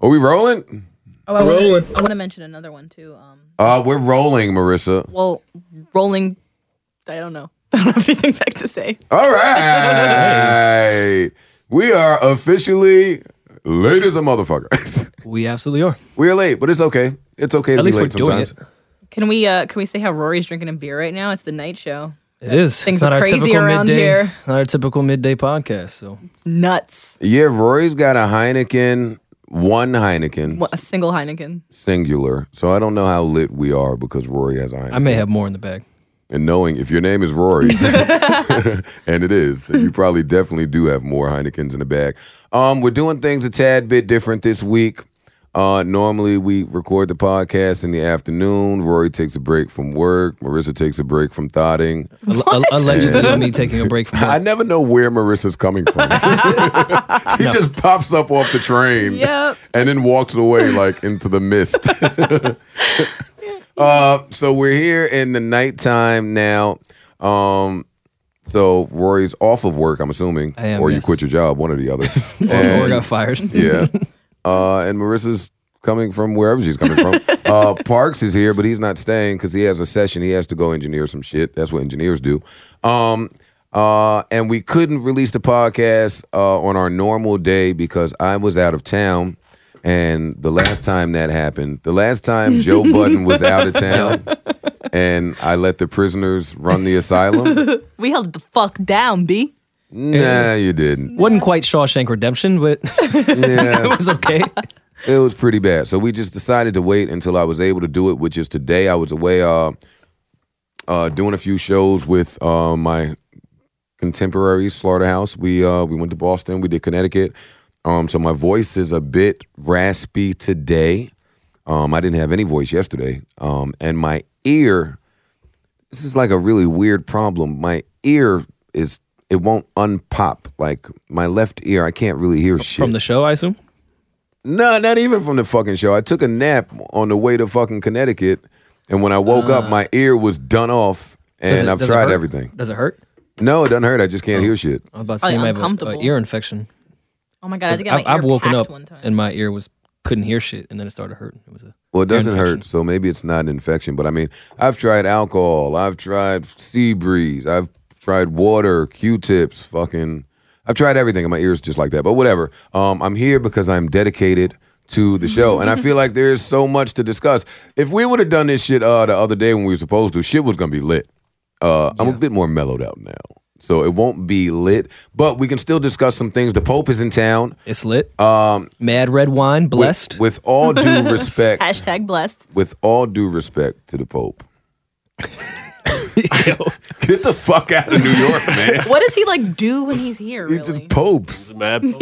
Are we rolling? Oh, I Rolling. want to. I want to mention another one too. Um, Uh, we're rolling, Marissa. well, rolling. I don't know. I don't have anything back to say. All right. We are officially late as a motherfucker. We absolutely are. we are late, but it's okay. It's okay to At be least we're late doing sometimes. it. Can we? Uh, can we say how Rory's drinking a beer right now? It's the night show. It is. Things it's not are our crazy typical around midday, here. Not our typical midday podcast. So It's nuts. Yeah, Rory's got a Heineken, one Heineken, What, a single Heineken. singular. So I don't know how lit we are because Rory has a Heineken. I may have more in the bag. and knowing if your name is Rory, and it is, then you probably definitely do have more Heinekens in the bag. Um, we're doing things a tad bit different this week. Uh, normally we record the podcast in the afternoon. Rory takes a break from work. Marissa takes a break from thotting. Al- al- allegedly, I'm me taking a break from I work. never know where Marissa's coming from. she just pops up off the train Yep. and then walks away like into the mist. uh, so we're here in the nighttime now. Um, so Rory's off of work, I'm assuming, I am, or you yes. quit your job, one or the other. Or- Or And- got fired. yeah. Uh, and Marissa's coming from wherever she's coming from. Uh, Parks is here, but he's not staying because he has a session. He has to go engineer some shit. That's what engineers do. Um, uh, and we couldn't release the podcast uh, on our normal day because I was out of town. And the last time that happened, the last time Joe Budden was out of town and I let the prisoners run the asylum. We held it the fuck down, B. Nah, you didn't. Wasn't quite Shawshank Redemption, but Yeah. it was okay. It was pretty bad. So we just decided to wait until I was able to do it, which is today. I was away uh, uh, doing a few shows with uh, my contemporary Slaughterhouse. We uh, we went to Boston. We did Connecticut. Um, so my voice is a bit raspy today. Um, I didn't have any voice yesterday, um, and my ear. This is like a really weird problem. My ear is it won't unpop. Like my left ear, I can't really hear shit. From the show, I assume. No, not even from the fucking show. I took a nap on the way to fucking Connecticut, and when I woke up, my ear was done off, Ah. Does and it- I've does it tried hurt? everything. Does it hurt? No, it doesn't hurt. I just can't hear shit. I was about Probably to say I might have a- a, uncomfortable. ear infection. Oh my god, I think I I've, my ear I've woken packed up one time. and my ear was couldn't hear shit, and then it started hurting. It was a Well, it ear doesn't infection. hurt, so maybe it's not an infection. But I mean, I've tried alcohol, I've tried sea breeze, I've tried water, Q-tips, fucking. I've tried everything, and my ears just like that. But whatever. Um, I'm here because I'm dedicated to the show, and I feel like there is so much to discuss. If we would have done this shit uh, the other day when we were supposed to, shit was gonna be lit. Uh, I'm a bit more mellowed out now, so it won't be lit, but we can still discuss some things. The Pope is in town. It's lit. Um, Mad red wine, With- blessed. with all due respect, Hashtag blessed. with all due respect to the Pope, get the fuck out of New York, man. What does he like do when he's here? Really? It's just popes. He You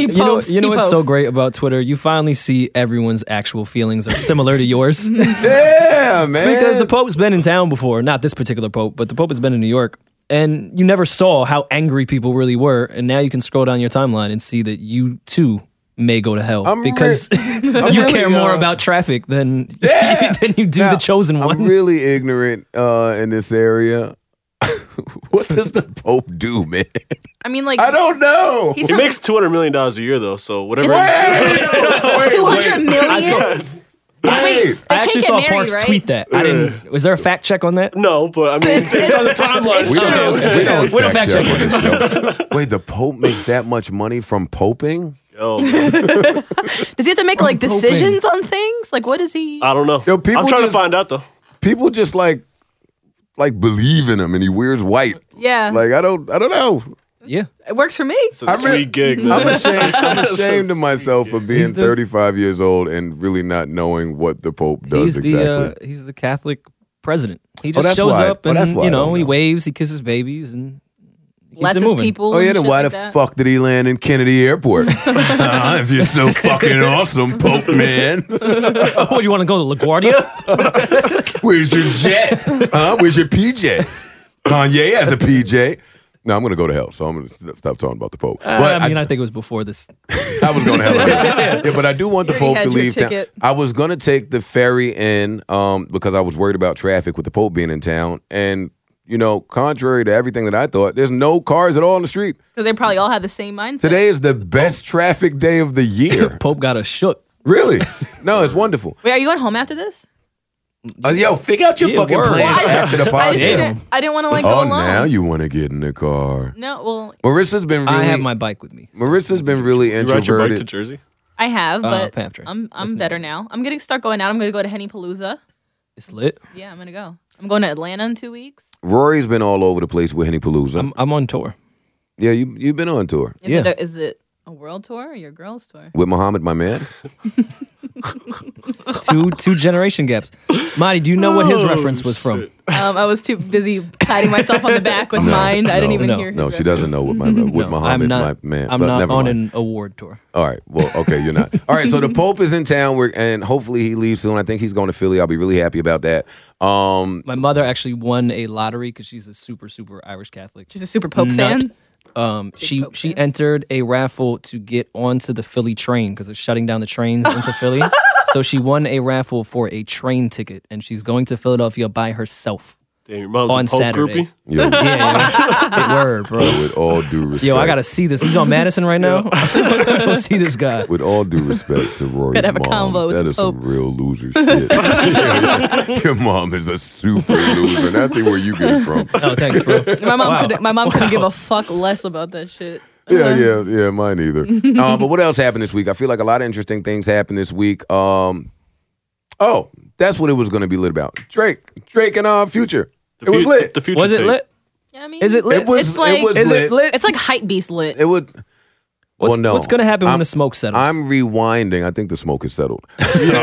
know, popes, you know he what's so popes. great about Twitter? You finally see everyone's actual feelings are similar to yours Yeah, man. because the Pope's been in town before. Not this particular Pope, but the Pope has been in New York, and you never saw how angry people really were. And now you can scroll down your timeline and see that you too may go to hell I'm re- because I'm you really, care more uh, about traffic than Yeah. than you do Now, the chosen I'm one. really ignorant uh, in this area. what does the Pope do, man? I mean, like I don't know. he's He from makes two hundred million dollars a year though, so whatever. two hundred Wait, wait, wait. million. Wait, I can't actually get saw married, Parks right? tweet that. I didn't. Was there a fact check on that? Mm. no, but I mean, it's on the timeline. we don't, we don't, We don't fact fact check check. on this show. Wait, the Pope makes that much money from poping? Yo, man, Does he have to make like hoping. decisions on things? Like, what is he? Uh, I don't know. Yo, people I'm trying just- to find out though. People just like like believe in him, and he wears white. yeah, Like I don't, I don't know. Yeah. it works for me. It's a I sweet really- gig, man. I'm ashamed. I'm That's ashamed so of myself for being He's the- 35 years old and really not knowing what the Pope does he's exactly. the uh, he's the Catholic president. He just that's shows why- up oh, and that's why I you know, don't he know. waves, he kisses babies, and keeps Less it is moving. people. Oh yeah, and then shit why like the that. fuck did he land in Kennedy Airport? Huh? if you're so fucking awesome, Pope man, oh, what, you want to go to LaGuardia? where's your jet? Huh? Where's your PJ? Kanye has a PJ. No, I'm gonna go to hell, so I'm gonna st- stop talking about the Pope. But Uh, I mean, I, think it was before this. I was going to hell. anyway. yeah, but I do want the You Pope had to your leave town. ticket. I was going to take the ferry in um, because I was worried about traffic with the Pope being in town. And, you know, contrary to everything that I thought, there's no cars at all on the street. 'Cause they probably all have the same mindset. Today is the best traffic day of the year. Pope got us shook. Really? No, it's wonderful. Wait, are you going home after this? Uh, yo, figure out your Yeah, fucking word. plan Well, I just- after the I, just podcast. didn't, I didn't want to like go Oh, alone. now you want to get in the car. no, well, Marissa's been really. I have my bike with me. Marissa's been really You ride your bike to introverted. Jersey? I have, Uh, but Pantry. I'm I'm That's new. better now. I'm gonna start going out. I'm gonna go to Henny Palooza. It's lit. Yeah, I'm gonna go. I'm going to Atlanta in two weeks. Rory's been all over the place with Henny Palooza. I'm, I'm on tour. yeah, you you've been on tour Is Yeah. it a, is it a world tour or your girls tour? with Muhammad, my man. Two two generation gaps. Marty, do you know what his Oh, reference was from? Um, I was too busy patting myself on the back with mine. I didn't no, even no, hear. No, his she reference. doesn't know what my with Muhammad, I'm not. my man. I'm but not never on mind. an award tour. All right. Well, okay, you're not. All right. So the Pope is in town, We're and hopefully he leaves soon. I think he's going to Philly. I'll be really happy about that. Um, My mother actually won a lottery because she's a super super Irish Catholic. She's a super Pope Nut. fan. Um, she Pope she fan. entered a raffle to get onto the Philly train because they're shutting down the trains into Philly. So she won a raffle for a train ticket, and she's going to Philadelphia by herself. Damn, your mom's On a Pope Saturday. groupie? yo, Yeah, big word, bro. with all due respect, Yo, I gotta see this. He's on Madison right now. Go see this guy. With all due respect to Rory's Gotta have a mom, convo with that the is some real loser shit. Your mom is a super loser. and I see where you get it from. Oh, thanks, bro. My mom Wow. couldn't. My mom couldn't give a fuck less about that shit. Yeah, yeah, yeah, mine either. um, but what else happened this week? I feel like a lot of interesting things happened this week. Um, oh, that's what it was going to be lit about. Drake, Drake, and uh, Future. The it was fu- lit. The future Was it tape. lit? Yeah, I mean, Is it lit? It was. It's like- it was Is lit. it lit? It's like hype beast lit. It would. What's, well, no. what's gonna happen when I'm- the smoke settles? I'm rewinding. I think the smoke is settled.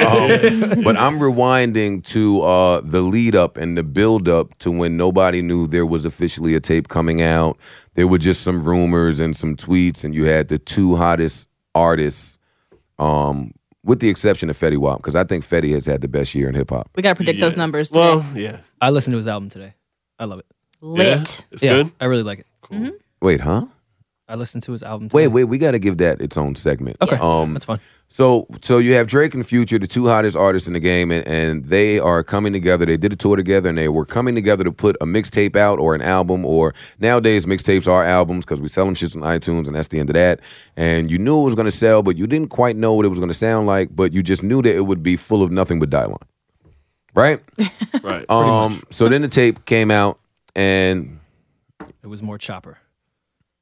Um, but I'm rewinding to uh, the lead up and the build up to when nobody knew there was officially a tape coming out. There were just some rumors and some tweets, and you had the two hottest artists, um, with the exception of Fetty Wap, because I think Fetty has had the best year in hip hop. we gotta predict those Yeah. numbers. Today. Well, yeah. I listened to his album today. I love it. Yeah. lit. It's yeah, good. I really like it. Cool. Wait, huh? I listened to his album. Today. Wait, wait. We got to give that its own segment. Okay, Um, that's fine. So, so you have Drake and Future, the two hottest artists in the game, and, and they are coming together. They did a tour together, and they were coming together to put a mixtape out or an album. Or nowadays, mixtapes are albums because we sell them shits on iTunes, and that's the end of that. And you knew it was going to sell, but you didn't quite know what it was going to sound like. But you just knew that it would be full of nothing but dialogue, right? Right. um. So then the tape came out, and It was more chopper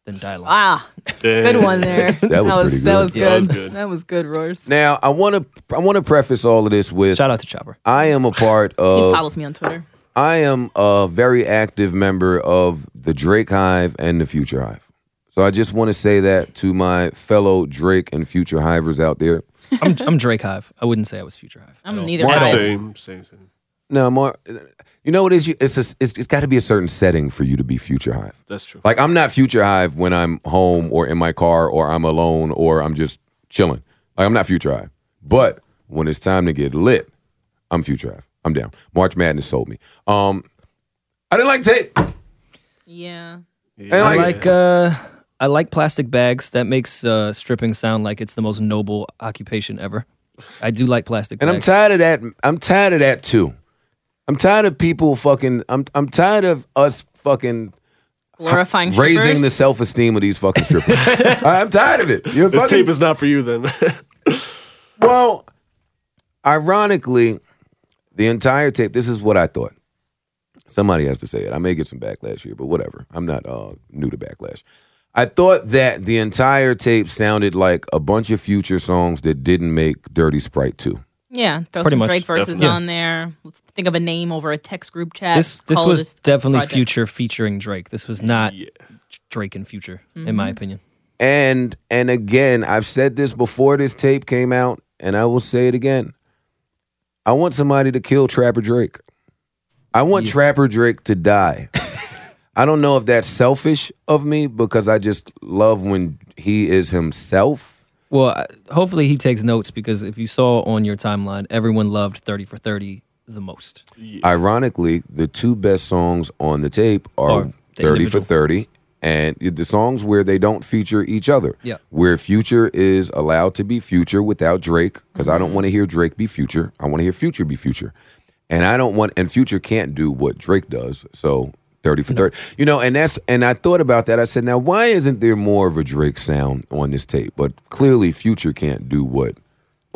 than dialogue. Ah, Damn. good one there. That was pretty That good. was good. Yeah, that was good. That was good, Roars. now I want to I want to preface all of this with Shout out to Chopper. I am a part He of. follows me on Twitter. I am a very active member of the Drake Hive and the Future Hive. So I just want to say that to my fellow Drake and Future Hivers out there. I'm, I'm Drake Hive. I wouldn't say I was Future Hive. I'm neither. Why guy. don't- Same, same, same. No, more. You know what it is? You- It's a, it's, it's got to be a certain setting for you to be Future Hive. That's true. Like I'm not Future Hive when I'm home or in my car or I'm alone or I'm just chilling. Like I'm not Future Hive. But when it's time to get lit, I'm Future Hive. I'm down. March Madness sold me. Um, I didn't like tape. Yeah. I I like- like uh, I like plastic bags. That makes uh, stripping sound like it's the most noble occupation ever. I do like plastic And I'm bags. tired of that. I'm tired of that too. I'm tired of people fucking. I'm I'm tired of us fucking Glorifying raising strippers. the self esteem of these fucking strippers. I'm tired of it. You're This fucking. tape is not for you then. well, ironically, the entire tape. This is what I thought. Somebody has to say it. I may get some backlash here, but whatever. I'm not uh, new to backlash. I thought that the entire tape sounded like a bunch of future songs that didn't make Dirty Sprite 2. Yeah, throw Pretty some much. Drake verses Definitely. on there. Let's think of a name over a text group chat. this this Call was definitely project. Future featuring Drake. This was not Yeah. Drake and Future, Mm-hmm. in my opinion. And and again, I've said this before this tape came out, and I will say it again. I want somebody to kill Trapper Drake. I want Trapper Drake to die. I don't know if that's selfish of me because I just love when he is himself. Well, I- hopefully he takes notes because if you saw on your timeline, everyone loved Thirty for Thirty the most. Ironically, the two best songs on the tape are Are the 30 individual. for 30 and the songs where they don't feature each other. Yeah. Where Future is allowed to be Future without Drake because I Mm-hmm. don't want to hear Drake be Future. I want to hear Future be Future. And I don't want and Future can't do what Drake does. So 30 for 30. You know, and that's and I thought about that. I said, "Now why isn't there more of a Drake sound on this tape?" But clearly Future can't do what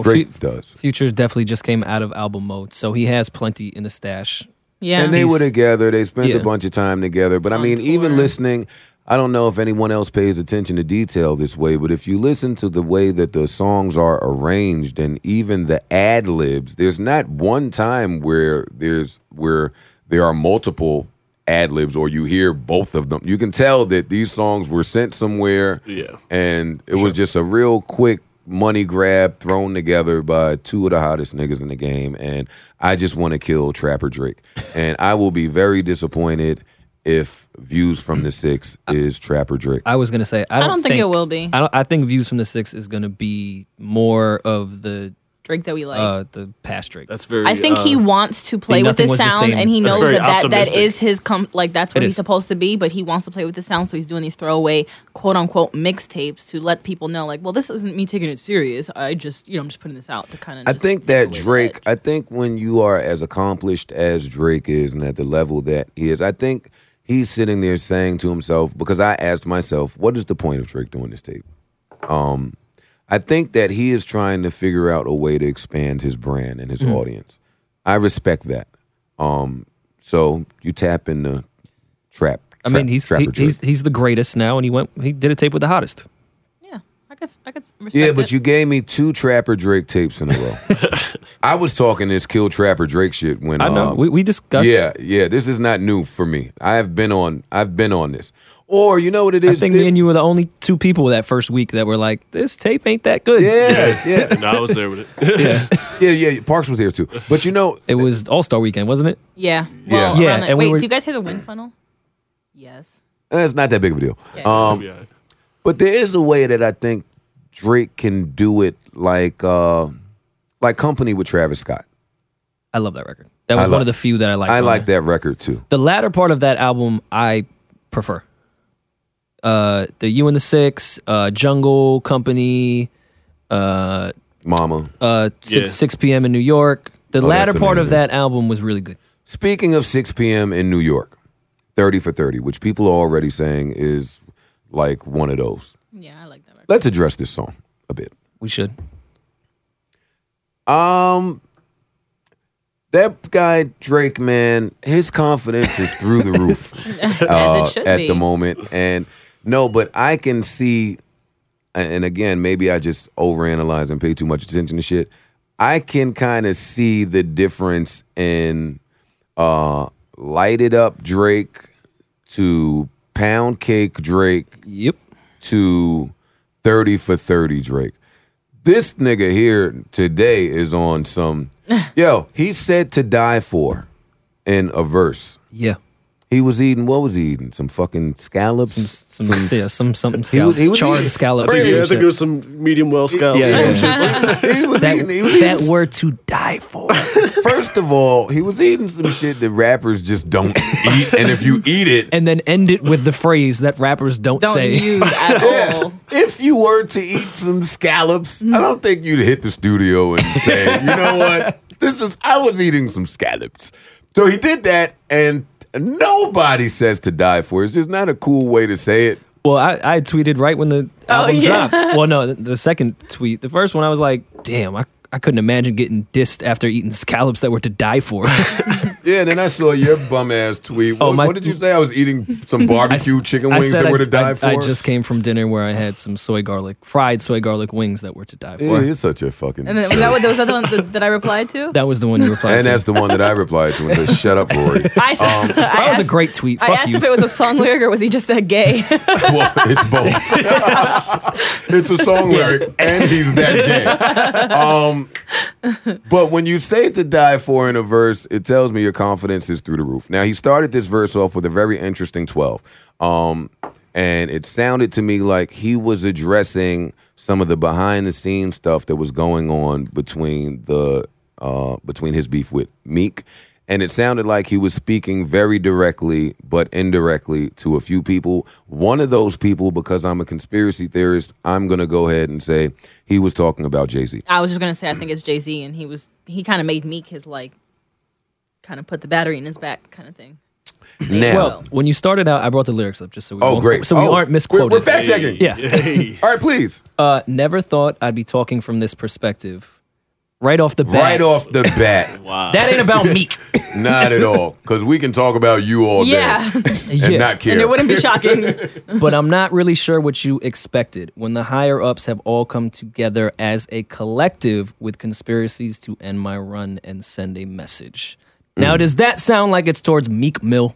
Drake fu- does. Future definitely just came out of album mode, so he has plenty in the stash. Yeah. And they He's- were together. They spent yeah. a bunch of time together. But I On mean, even tour. listening, I don't know if anyone else pays attention to detail this way, but if you listen to the way that the songs are arranged and even the ad libs, there's not one time where there's where there are multiple ad libs or you hear both of them. You can tell that these songs were sent somewhere. Yeah. And it was just a real quick money grab thrown together by two of the hottest niggas in the game. And I just want to kill Trapper Drake. And I will be very disappointed if Views from the Six is Trapper Drake. I was gonna say I don't, don't think it will be. I, don't, I think Views from the Six is gonna be more of the Drake that we like. uh, the past Drake. That's very. I think uh, he wants to play Ain't with Nothing this Was the sound, Same. and he That's knows very that that, that optimistic. is his com- like that's what It he's is. supposed to be. But he wants to play with the sound, so he's doing these throwaway quote unquote mixtapes to let people know, like, well, this isn't me taking it serious. I just you know I'm just putting this out to kind of. I think that Drake, I think when you are as accomplished as Drake is and at the level that he is, I think he's sitting there saying to himself, because I asked myself, what is the point of Drake doing this tape? Um, I think that he is trying to figure out a way to expand his brand and his Mm. audience. I respect that. Um, so you tap in the trap. I mean, trap- he's trapper he, Drake. he's he's the greatest now, and he went he did a tape with the hottest. yeah, I could I could respect yeah, but it. you gave me two Trapper Drake tapes in a row. I was talking this kill Trapper Drake shit when I know uh, we we discussed. yeah, yeah. This is not new for me. I have been on. I've been on this. Or you know what it I is? think Thi- me and you were the only two people that first week that were like, "This tape ain't that good." yeah, yeah, uh, No, I was there with it. yeah, yeah. Parks was here too. But you know, It was All Star Weekend, wasn't it? yeah, Yeah. well, Yeah, around that- and we wait, were- do you guys hear the wind funnel? Yes. eh, it's not that big of a deal. Yeah. Um, yeah. But there is a way that I think Drake can do it like uh like company with Travis Scott. I love that record. That I was like- one of the few that I liked. I on like there. that record too. The latter part of that album, I prefer. Uh, the You and the Six, uh, Jungle Company, uh, Mama. uh, six, Yeah. six p.m. in New York. The Oh, latter that's part of amazing. that album was really good. Speaking of 6 p.m. in New York, 30 for 30, which people are already saying is like one of those. Yeah, I like that record. Let's address this song a bit. We should. Um that guy Drake man, his confidence is through the roof. As uh, it should at be. the moment. And no, but I can see, and and again, maybe I just overanalyze and pay too much attention to shit. I can kind of see the difference in uh, lighted up Drake to pound cake Drake Yep. to 30 for 30 Drake. This nigga here today is on some. Yo, he said to die for in a verse. Yeah. He was eating. What was he eating? Some fucking scallops. Some yeah, some something Hmm. He was- he was scallops, eating- charred I scallops. think, or yeah, I some think shit. there's some medium well scallops. Yeah, or yeah. some shit. he was that, eating. He was that eating were to die for. first of all, he was eating some shit that rappers just don't eat, and if you eat it, and then end it with the phrase that rappers don't, Don't say. use at all. if you were to eat some scallops, Mm-hmm. I don't think you'd hit the studio and say, you know what, this is. I was eating some scallops, so he did that, and nobody says to die for. It's just not a cool way to say it. Well, I, I tweeted right when the Oh, album yeah. dropped. Well, no, the, the second tweet. The first one, I was like, damn, I, I couldn't imagine getting dissed after eating scallops that were to die for. Yeah, and then I saw your bum ass tweet. Oh, what, my- what did you say? I was eating some barbecue chicken I wings said that I- were to die I- for. I just came from dinner where I had some soy garlic, fried soy garlic wings that were to die yeah, for. you're such a fucking. And then was jerk. that what those other ones that, that I replied to? That was the one you replied And to. that's the one that I replied to and said, "Shut up, Rory." I, s- I that was asked- a great tweet. I Fuck asked you. if it was a song lyric or was he just that gay. Well, it's both. it's a song lyric, and he's that gay. Um, but when you say "to die for" in a verse, it tells me your confidence is through the roof. Now he started this verse off with a very interesting twelve, um, and it sounded to me like he was addressing some of the behind-the-scenes stuff that was going on between the uh, between his beef with Meek. And it sounded like he was speaking very directly, but indirectly to a few people. One of those people, because I'm a conspiracy theorist, I'm going to go ahead and say he was talking about Jay Z. I was just gonna say I think it's Jay Z, and he was he kind of made Meek his like, kind of put the battery in his back kind of thing. Now, well, when you started out, I brought the lyrics up just so we oh, won't- great. so we Oh, aren't we're- misquoted. We're, fact checking. Yeah. Hey. All right, please. Uh, never thought I'd be talking from this perspective. right off the bat. Right off the bat, Wow. That ain't about Meek. not at all, because we can talk about you all Yeah. day and Yeah. not care. And it wouldn't be shocking. but I'm not really sure what you expected when the higher ups have all come together as a collective with conspiracies to end my run and send a message. Now, does that sound like it's towards Meek Mill?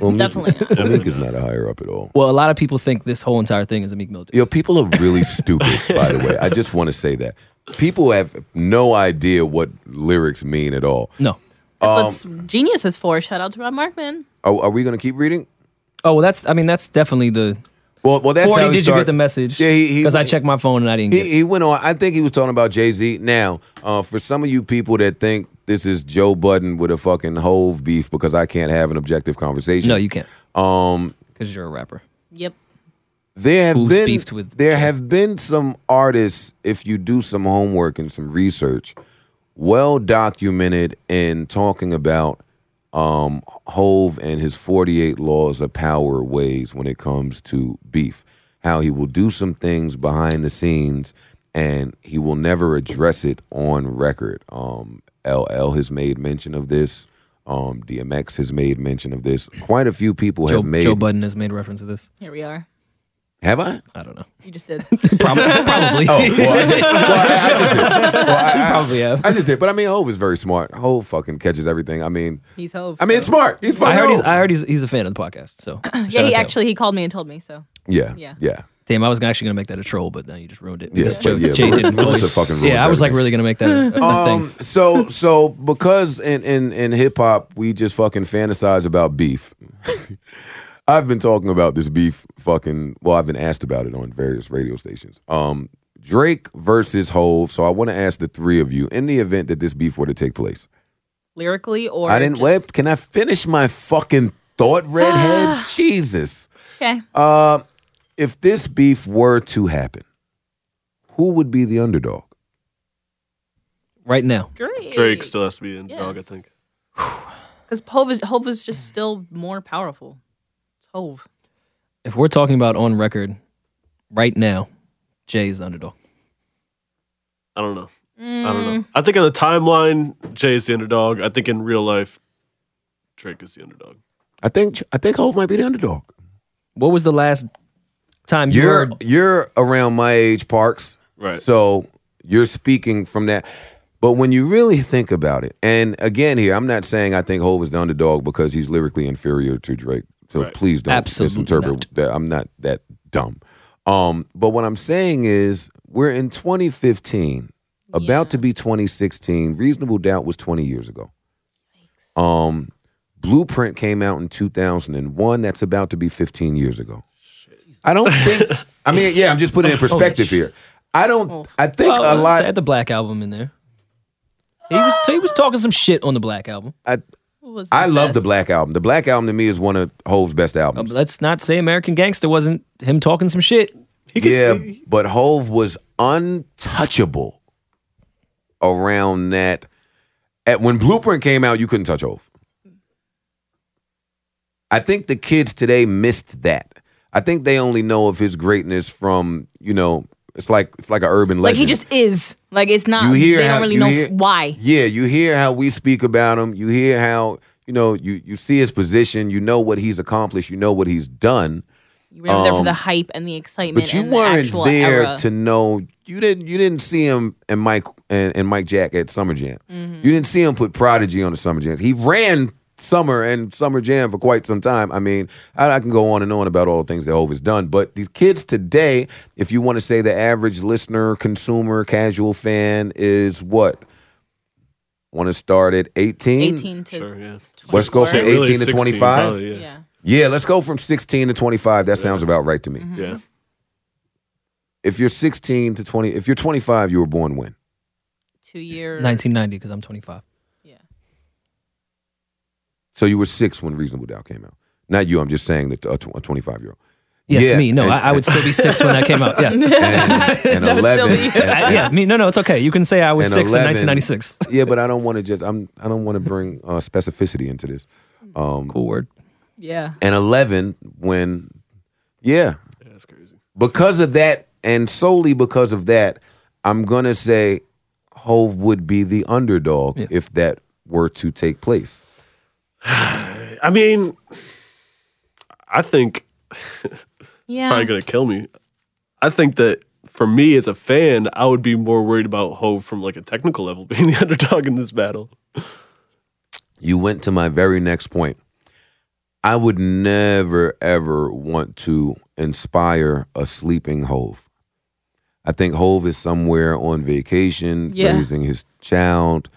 well, definitely not. I think it's not a higher up at all. Well, a lot of people think this whole entire thing is a Meek Mill. diss. Yo, people are really stupid, by the way. I just want to say that. People have no idea what lyrics mean at all. No. That's what genius is for. Shout out to Rob Markman. Are, are we going to keep reading? Oh well, that's. I mean, that's definitely the. Well, well, that's Forty, how he did you get starts. the message? Yeah, he- he- because I checked my phone and I didn't get. He, he went on. I think he was talking about Jay Z. Now, uh, for some of you people that think this is Joe Budden with a fucking Hove beef because I can't have an objective It. conversation. No, you can't Um, because you're a rapper. Yep. there have Who's been beefed with there have been some artists. If you do some homework and some research, well documented in talking about um, Hove and his 48 laws of power ways when it comes to beef. How he will do some things behind the scenes and he will never address it on record. Um, LL has made mention of this. Um, DMX has made mention of this. Quite a few people Joe, have made. Joe Budden has made reference to this. Here we are. have I? I don't know. You just did. Probably. probably. Oh, well, I just, well, I, I just did. Well, I- I- probably have. I just did. But I mean, Hove is very smart. Hove fucking catches everything. I mean, He's hove. I mean, it's smart. He's fucking. I heard, he's, Hov. I heard he's, he's a fan of the podcast. So Yeah, he actually he called me and told me. So yeah, yeah, Yeah. yeah. Damn, I was actually gonna make that a troll, but now you just ruined it. Yeah, because but Joe- yeah, Jay Marissa- didn't Marissa really- fucking ruined Yeah, I was like everything. really gonna make that a, a Um. thing. So so because in in in hip hop we just fucking fantasize about beef. I've been talking about this beef fucking. Well, I've been asked about it on various radio stations. Um, Drake versus Hove. So I want to ask the three of you in the event that this beef were to take place. lyrically or I didn't just- wait. Can I finish my fucking thought, redhead? Ah. Jesus. Okay. Uh, if this beef were to happen, who would be the underdog? Right now, Drake. Drake still has to be in Yeah. dog, I think. Because Hove is, Hove is just still more powerful. It's Hove. if we're talking about on record, right now, Jay is the underdog. I don't know. I don't know. I think on the timeline, Jay is the underdog. I think in real life, Drake is the underdog. I think I think Hove might be the underdog. What was the last time you You're heard? you're around my age, Parks. Right. So you're speaking from that. But when you really think about it, and again here, I'm not saying I think Hove is the underdog because he's lyrically inferior to Drake. So Right. please don't Absolutely misinterpret that. I'm not that dumb. Um, but what I'm saying is we're in 2015, about to be 2016. Reasonable Doubt was 20 years ago. Um, Blueprint came out in 2001. That's about to be 15 years ago. I don't think. I mean, yeah, I'm just putting it in perspective here. I don't. I think a Oh, lot. They had the Black album in there. He was he was talking some shit on the Black album. I, Who was I love the best? Black Album. The Black Album to me is one of Hove's best Uh, albums. Let's not say American Gangster wasn't him talking some shit. He could Yeah, stay- but Hove was untouchable around that. At when Blueprint came out, you couldn't touch Hove. I think the kids today missed that. I think they only know of his greatness from you know. It's like it's like an urban legend. Like he just is. Like it's not. You hear they how- don't really you know hear- why. Yeah, you hear how we speak about him. You hear how you know you you see his position. You know what he's accomplished. You know what he's done. You were never there for Um, the hype and the excitement. But you and the weren't actual there era. to know. You didn't. You didn't see him and Mike and, and Mike Jack at Summer Jam. Mm-hmm. You didn't see him put Prodigy on the Summer Jam. He ran Summer and Summer Jam for quite some time. I mean, I, I can go on and on about all the things that Hove has done. But these kids today, if you want to say the average listener, consumer, casual fan is what. Want to start at 18? Eighteen to Sure, yeah. Let's go from Shit, 18 really, to 16 25. probably, yeah. yeah. Yeah, let's go from 16 to 25. That sounds about right to me. Yeah. If you're 16 to 20, if you're 25, you were born when? Two years. 1990 because I'm 25. Yeah. So you were six when Reasonable Doubt came out. Not you. I'm just saying that a 25 year old. Yes, Yeah, me. No, and- I, I would still be six when that came out. Yeah. And, and 11. be- and- I- yeah, me. No, no, it's okay. You can say I was and six 11. in 1996. yeah, but I don't want to just. I'm. I don't want to bring uh, specificity into this. Um, Cool word. Yeah. and 11 when, yeah, Yeah, that's crazy. because of that, and solely because of that, I'm gonna say Hove would be the underdog if that were to take place. I mean, I think Yeah. probably gonna kill me. I think that for me as a fan, I would be more worried about Hove from like a technical level being the underdog in this battle. you went to my very next point. I would never ever want to inspire a sleeping Hove. I think Hove is somewhere on vacation, Yeah. raising his child.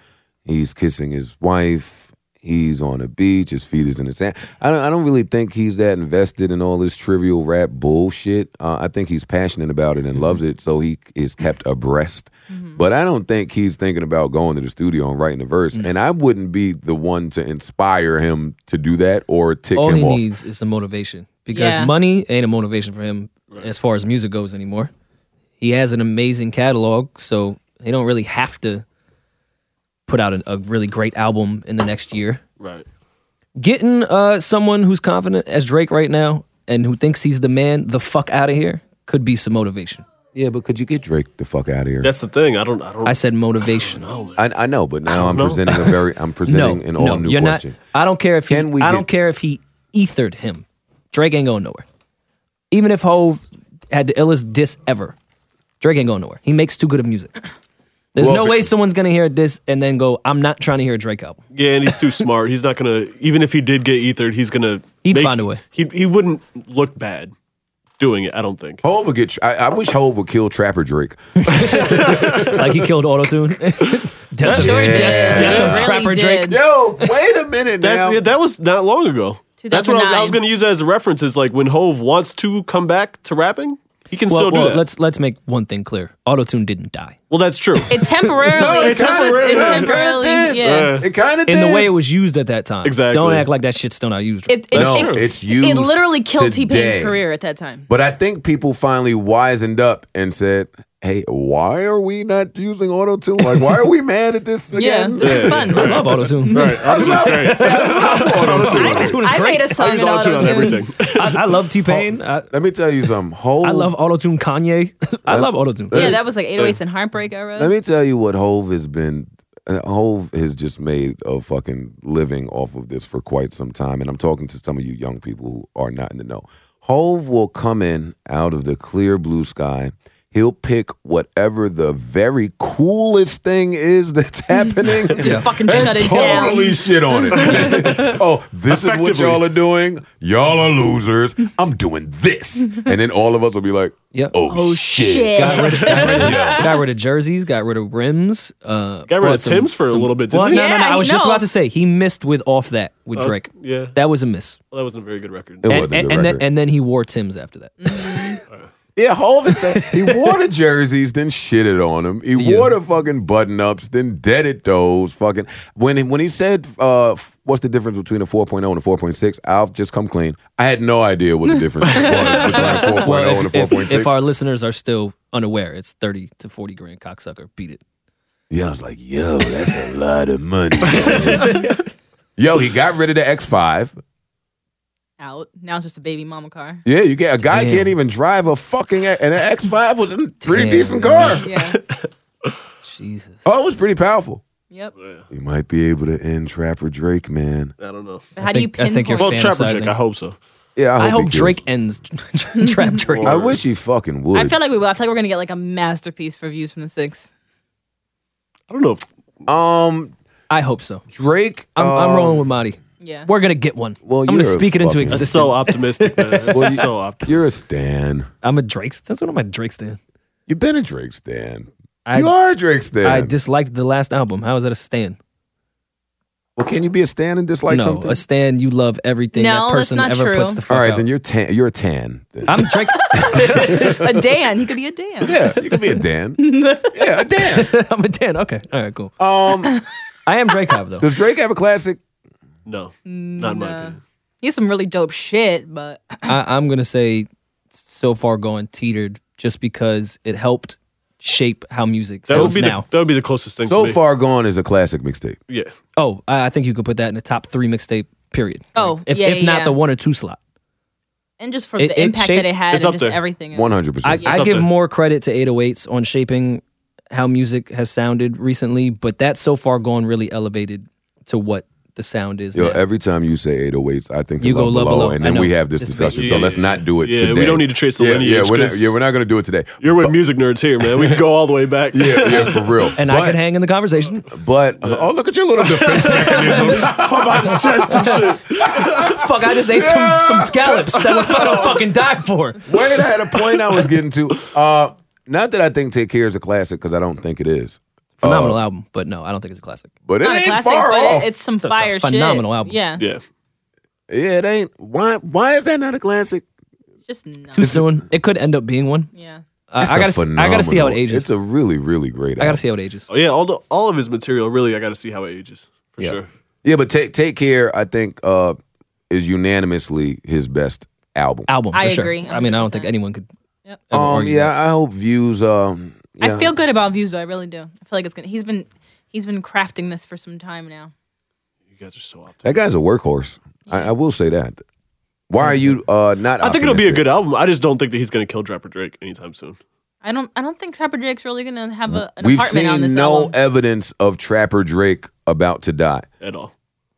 He's kissing his wife. He's on a beach. His feet is in the sand. I don't, I don't really think he's that invested in all this trivial rap bullshit. Uh, I think he's passionate about it and loves it, so he is kept abreast. But I don't think he's thinking about going to the studio and writing a verse. And I wouldn't be the one to inspire him to do that or tick All him he off. needs is some motivation because Yeah. money ain't a motivation for him as far as music goes anymore. He has an amazing catalog, so he don't really have to put out a, a really great album in the next year. Right. Getting uh, someone who's confident as Drake right now and who thinks he's the man the fuck out of here could be some motivation. Yeah, but could you get Drake the fuck out of here? That's the thing. I don't. I don't. I said motivation. I, I know, but now I'm know. presenting a very I'm no, presenting an all no, new you're question. not. I don't care if he, Can we I get- don't care if he ethered him. Drake ain't going nowhere. Even if Hove had the illest diss ever, Drake ain't going nowhere. He makes too good of music. There's Well, no if it- way someone's gonna hear this and then go, "I'm not trying to hear a Drake album." yeah, and he's too smart. He's not gonna. Even if he did get ethered, he's gonna. He'd find a way. He he wouldn't look bad doing it. I don't think. Hove would get. I, I wish Hove would kill Trapper Drake. Like he killed autotune. death, of- Sure did. death of Really Trapper did. Drake. Yo, wait a minute That's now. yeah, that was not long ago. That's what I was. I 2009. was gonna use that as a reference. Is like when Hove wants to come back to rapping, he can Well, still do well, that. let's let's make one thing clear. Autotune didn't die. well, that's true. It temporarily. No, it temporarily- It temporarily. it did. Yeah. it kind of In the way it was used at that time. Exactly. Don't act like that shit's still not used. It, it, That's it, no, true. it's you. it literally killed T today. Pain's career at that time. But I think people finally wisened up and said, "Hey, why are we not using auto tune? Like, why are we mad at this Yeah, again?" it's fun. I love autotune. All right, autotune's great. Autotune is I great. made a I song use in autotune on autotune. everything. I, I love T Pain. I, Let me tell you something. Hove, I love autotune Kanye. I love autotune. Yeah, that was like 808s and Heartbreak era. Let me tell you what Hove has been. uh, Hove has just made a fucking living off of this for quite some time, and I'm talking to some of you young people who are not in the know. Hove will come in out of the clear blue sky. He'll pick whatever the very coolest thing is that's happening. fucking and shut it down. totally shit on it. oh, this is what Effectively. y'all are doing. Y'all are losers. I'm doing this, and then all of us will be like, Yep. "Oh, shit!" Got rid, of, got, rid of, got rid of jerseys, got rid of rims. Uh, Got rid bought of some- Tim's for a some- little bit, didn't Well, he? Oh, no, no, no. Yeah, I was just no. about to say he missed with off that with Drake. yeah. that was a miss. Well, that wasn't a very good record. It And, wasn't a and, good and then, record. and then he wore Tim's after that. Yeah, Hov is saying he wore the jerseys, then shitted on them. He wore the fucking button ups, then deaded those fucking. When he, when he said, uh, f- "What's the difference between a 4.0 and a 4.6?" I'll just come clean. I had no idea what the difference was between a 4.0 Well, and a if, if, 4.6. if our listeners are still unaware, it's thirty to forty grand cocksucker. Beat it. yeah, I was like, "Yo, that's a lot of money." man." Yo, he got rid of the X5. Out. Now it's just a baby mama car. Yeah, you get a guy Damn. can't even drive a fucking X- and an X5 was a pretty Damn, decent man. car. Yeah. Jesus. Oh, it was pretty powerful. yep. You might be able to end Trapper Drake, man. I don't know. How do you think- I pinpoint? think you're Well, Trapper fantasizing. Drake, I hope so. Yeah, I hope, I he hope kills Drake ends Trap Drake. I wish he fucking would. I feel like we will. I feel like we're gonna get like a masterpiece for views from the six. I don't know. If, um, I hope so. Drake. I'm, I'm um, rolling with Marty. Yeah. We're gonna get one. Well, I'm gonna you're a speak it into fucking- that's existence. so optimistic, man. That's Well, you- so optimistic. You're a Stan. I'm a Drake. That's what I'm a Drake stan. You've been a Drake Stan. I, you are a Drake Stan. I disliked the last album. How is that a stan? well, can you be a Stan and dislike no, something? a stan. You love everything No, that that's person not ever true. puts the fuck All right, out. then you're tan. You're a tan. then. I'm Drake. a Dan. He could be a Dan. yeah, you can be a Dan. yeah, a Dan. I'm a Dan. Okay. All right. Cool. Um, I am Drake Hop though. does Drake have a classic? No, not in my opinion. He has some really dope shit, but I, I'm gonna say, so far gone teetered just because it helped shape how music That would sounds be now. the, that would be the closest thing. So to me. far gone is a classic mixtape. yeah. oh, I, I think you could put that in the top three mixtape. Period. Oh, Like, if, yeah, if yeah, not yeah. the one or two slot. and just for It- the it impact shaped- that it had It's and up just there. everything. One hundred I, percent. I up give there. more credit to 808s on oh shaping how music has sounded recently, but that's so far gone really elevated to what the sound is. Yo, now. every time you say 808s, I think You of go love Love below, Below. and I then know. we have this This discussion. makes- So let's not do it Yeah, we today. don't need to trace the yeah, lineage, Yeah, we're not, 'cause- yeah, we're not going to do it today. You're with music nerds here, man. We can go all the way back. yeah, yeah, for real. but, and I can hang in the conversation. But oh, look at your little defense mechanism. Pop out his chest and shit. Fuck, I just ate some, some scallops that would Oh. fucking fucking die for. Wait, I had a point I was getting to. Uh, not that I think Take Care is a classic because I don't think it is, Phenomenal Oh. album, but no, I don't think it's a classic. but it Not a ain't classic, far but off. It, it's some a fire shit. phenomenal album. Yeah. Yeah. yeah, it ain't. Why? Why is that not a classic? It's just nuts. Too soon. It could end up being one. yeah. I- It's I a gotta, s- I gotta see how it phenomenal- ages. It's a really, really great. I album. gotta see how it ages. Oh, yeah, all the, all of his material, really, I got to see how it ages for Yeah. sure. Yeah, but take take care. I think uh, is unanimously his best album. Album. I for sure. agree, I mean, I don't 100%. think anyone could. Yep. ever Um, argue yeah, I hope views. Um, yeah. I feel good about views. Though. I really do. I feel like it's gonna. He's been he's been crafting this for some time now. You guys are so optimistic. that guy's a workhorse. I, I will say that. Why are you uh, not? I think it'll be a optimistic? good album. I just don't think that he's going to kill Trapper Drake anytime soon. I don't. I don't think Trapper Drake's really gonna have a, an We've apartment on this seen no album. evidence of Trapper Drake about to die. At all.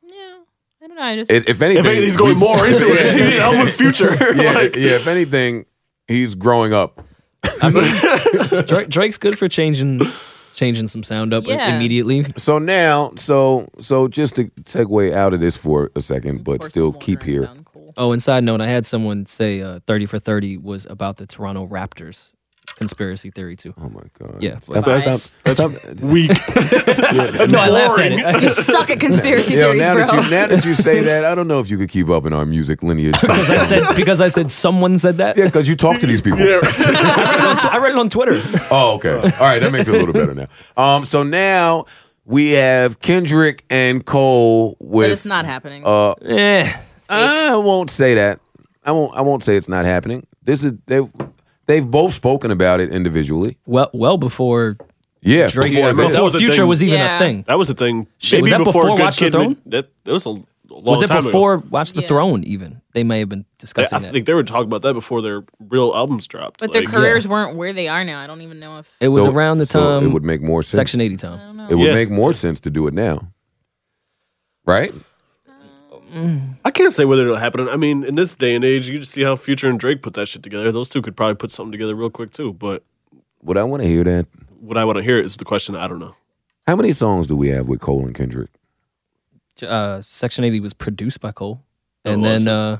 e- yeah. I don't know. I just. If, if anything, If anything, he's going we've- more into it. He's an album with Future. Yeah, like, yeah. If anything, he's growing up. Drake, Drake's good for changing changing some sound up i- Yeah. immediately. So now, so so just to segue out of this for a second, but pour some still water keep and here. sound cool. Oh, and side note, I had someone say uh, 30 for 30 was about the Toronto Raptors conspiracy theory too. Oh my god. Yeah. Stop- That's- stop- stop- weak. no, I laughed at it. You suck at conspiracy Yo, theories, now bro. that you now that you say that, I don't know if you could keep up in our music lineage. because I said because I said someone said that. yeah, because you talk to these people. Yeah, right. I, read it on t- I read it on Twitter. Oh, okay. All right, that makes it a little better now. Um, so now we have Kendrick and Cole with. but it's not happening. Uh, Eh. I won't say that. I won't. I won't say it's not happening. This is they. They've both spoken about it individually. Well, well before Yeah, Drake, before Yeah, the man, video. that was before a Future thing. was even Yeah. a thing. That was the thing. Shit, was Maybe that before Good Watch the Kid Throne? Mid- that, that was a long Was it time ago. before Watch the Yeah. Throne? Even they may have been I, discussing I that. think they were talking about that before their real albums dropped. but their Like, careers weren't where they are now. I don't even know if. it was So- around the so time it would make more sense. Section Eighty time. I don't know. It would Yeah. make more sense to do it now, right? I can't say whether it'll happen. I mean, in this day and age, you just see how Future and Drake put that shit together. Those two could probably put something together real quick too. But Would I want to hear that? what I want to hear is the question. I don't know. How many songs do we have with Cole and Kendrick? Uh, Section Eighty was produced by Cole, Oh, and it was. then uh,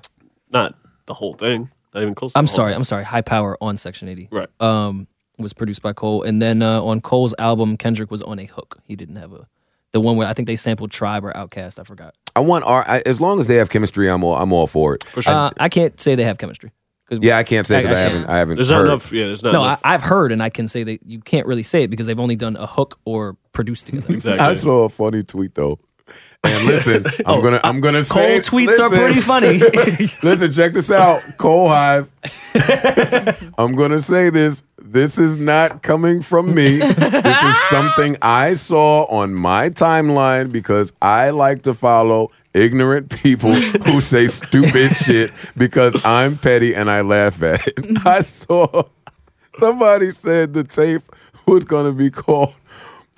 Not the whole thing. Not even close. To I'm the whole sorry, thing. I'm sorry. High Power on Section Eighty. Right. Um, was produced by Cole, and then uh, on Cole's album, Kendrick was on a hook. He didn't have a the one where I think they sampled Tribe or Outcast. I forgot. I want our I, as long as they have chemistry, I'm all I'm all for it. For sure. Uh, I can't say they have chemistry. 'Cause- Yeah, I can't say I- because I I, can't. haven't I haven't there's not heard. enough. Yeah, there's not No, I, enough. I've heard, and I can say that you can't really say it because they've only done a hook or produced together. exactly. I saw a funny tweet though. And listen, I'm gonna I'm gonna Oh, Cole say tweets are listen, pretty funny. Listen, check this out, Cole Hive. I'm gonna say this. This is not coming from me. This is something I saw on my timeline because I like to follow ignorant people who say stupid shit because I'm petty and I laugh at it. I saw somebody said the tape was gonna be called.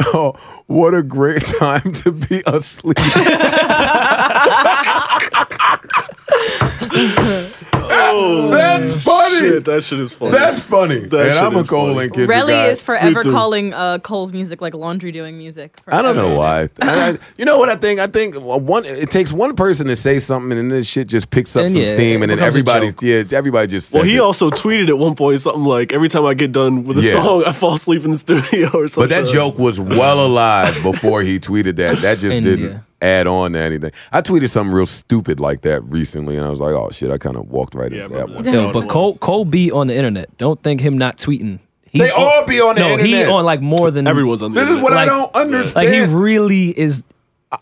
Oh, what a great time to be asleep. That's funny. Shit, that shit is funny. That's funny. That and shit I'm a is Cole funny. and Kendrick Relly guy. is forever too. calling uh, Cole's music like laundry doing music. I don't know forever. why. I, I- you know what I think? I think one. It takes one person to say something, and this shit just picks up And some yeah, steam, it and then becomes a everybody's yeah, everybody just. Well, says he it. also tweeted at one point something like, "Every time I get done with a Yeah. song, I fall asleep in the studio." Or something. But that joke was well alive before he tweeted that. That just And, didn't yeah. add on to anything. I tweeted something real stupid like that recently, and I was like, "Oh shit!" I kind of walked right Yeah, I into that remember one. that. No, it but was. Cole Cole be on the internet. Don't think him not tweeting. He's They all be on the no, internet. he on like more than Everyone's on the This is internet. what I Like- don't understand. Like he really is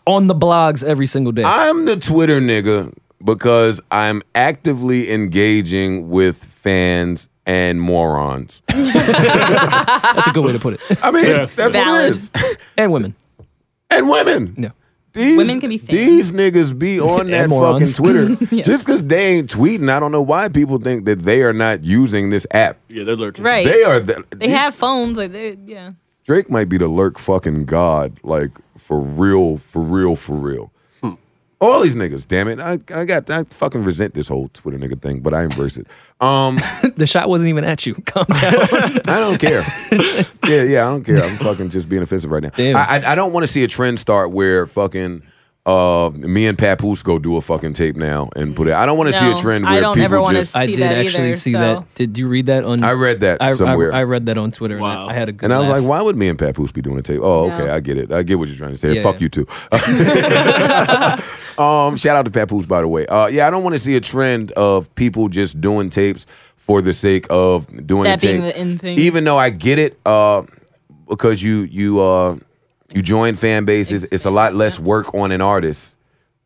on the blogs every single day. I'm the Twitter nigga because I'm actively engaging with fans and morons. That's a good way to put it. I mean, Yeah. that's what it Valid. is. And women. And women. No. These, Women can be fans. These niggas be on that And fucking morons. Twitter. Just because they ain't tweeting, I don't know why people think that they are not using this app. Yeah, they're lurking. Right. They are. The, They have phones. Like they, yeah. Drake might be the lurk fucking god, like for real, for real, for real. All these niggas, damn it! I, I got I fucking resent this whole Twitter nigga thing, but I embrace it. Um, the shot wasn't even at you. Calm down. I don't care. yeah, yeah, I don't care. I'm fucking just being offensive right now. Damn. I, I I don't want to see a trend start where fucking uh me and Papoose go do a fucking tape now and put it. I don't want to see No, a trend I where don't people ever wanna just. I See did that actually either, see so- that. Did you read that on? I read that I, I- somewhere. I, read that on Twitter. and I- Wow. I, had a good. and I was laugh. like, why would me and Papoose be doing a tape? Oh, No. okay, I get it. I get what you're trying to say. Yeah, Fuck yeah. you too. um, shout out to Papoose, by the way. Uh, yeah, I don't want to see a trend of people just doing tapes for the sake of doing That a tape. being the end thing. Even though I get it, uh, because you you uh, you join fan bases, it's a lot less work on an artist,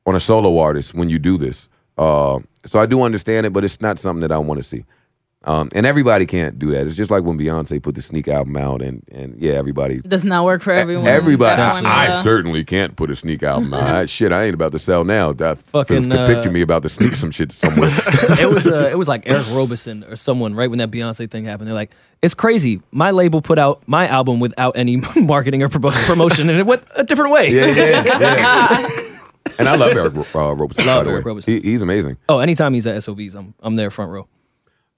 on a solo artist when you do this. Uh, so I do understand it, but it's not something that I want to see. Um, and everybody can't do that. It's just like when Beyonce put the sneak album out, and and yeah, everybody. Does not work for everyone. E- Everybody, That's why I, I'm, uh, I certainly can't put a sneak album out. I- shit, I ain't about to sell now. That Fucking, the uh, picture me about to sneak some shit somewhere. it was uh, it was like Eric Robeson or someone right when that Beyonce thing happened. They're like, it's crazy. My label put out my album without any marketing or promo- promotion, and it went a different way. yeah, yeah, yeah. and I love Eric Ro- uh, Robeson. Love by the Eric way. Robeson. He, he's amazing. Oh, anytime he's at SOBs, I'm I'm there front row.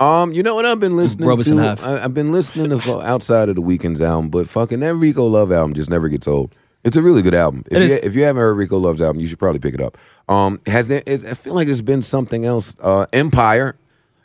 Um, you know what I've been listening Robeson to? Hive. I, I've been listening to fu- outside of the Weekends album, but fucking that Rico Love album just never gets old. It's a really good album. If, It is. you, if you haven't heard Rico Love's album, you should probably pick it up. Um, has there? Is, I feel like there's been something else. Uh, Empire,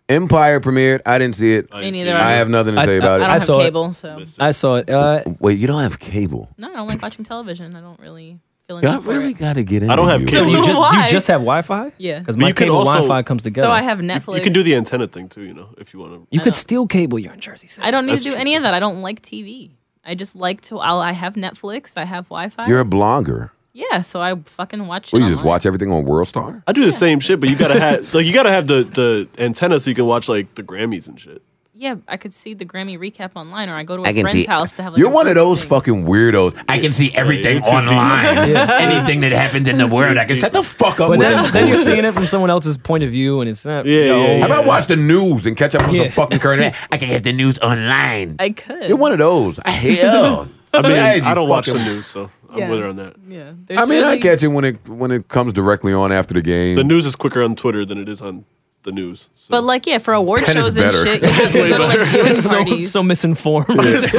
Empire premiered. I didn't see it. didn't see neither. it. I have nothing to I- say I about don't it. I have saw it. cable, so Missed it. I saw it. Uh, Wait, you don't have cable? no, I don't like watching television. I don't really feel into Y'all it. really got to get in. I don't have so cable. you just, do Why? you just have Wi-Fi? Yeah. because But my you can cable also- Wi-fi comes together. So I have Netflix. You can do the antenna thing too, you know, if you want to. You I could don't- steal cable. You're in Jersey City. I don't need to That's do true. any of that. I don't like TV. I just like to. I'll, I have Netflix. I have Wi-Fi. You're a blogger. yeah, so I fucking watch. Well, it you just online. watch everything on Worldstar. I do the same shit, but you gotta have like you gotta have the the antenna so you can watch like the Grammys and shit. Yeah, I could see the Grammy recap online, or I go to a I can friend's see- house to have. Like, You're a one of group those thing. fucking weirdos. I can see everything it's a demon. online. Anything that happens in the world, I can shut the fuck up But with then, that. then you're bullshit. seeing it from someone else's point of view, and it's not. Yeah, you know, yeah, yeah. How about watch the news and catch up on Yeah. some fucking current events? I can get the news online. I could. You're one of those. Hell. I mean, Glad I you don't watch the fucking- news, so I'm Yeah. with her on that. yeah. I mean, I catch it when it when it comes directly on after the game. The news is quicker on Twitter than it is on the news. So. But like, yeah, for award That is shows and better. shit, you have to way go to like better. viewing it's so, parties. so misinformed.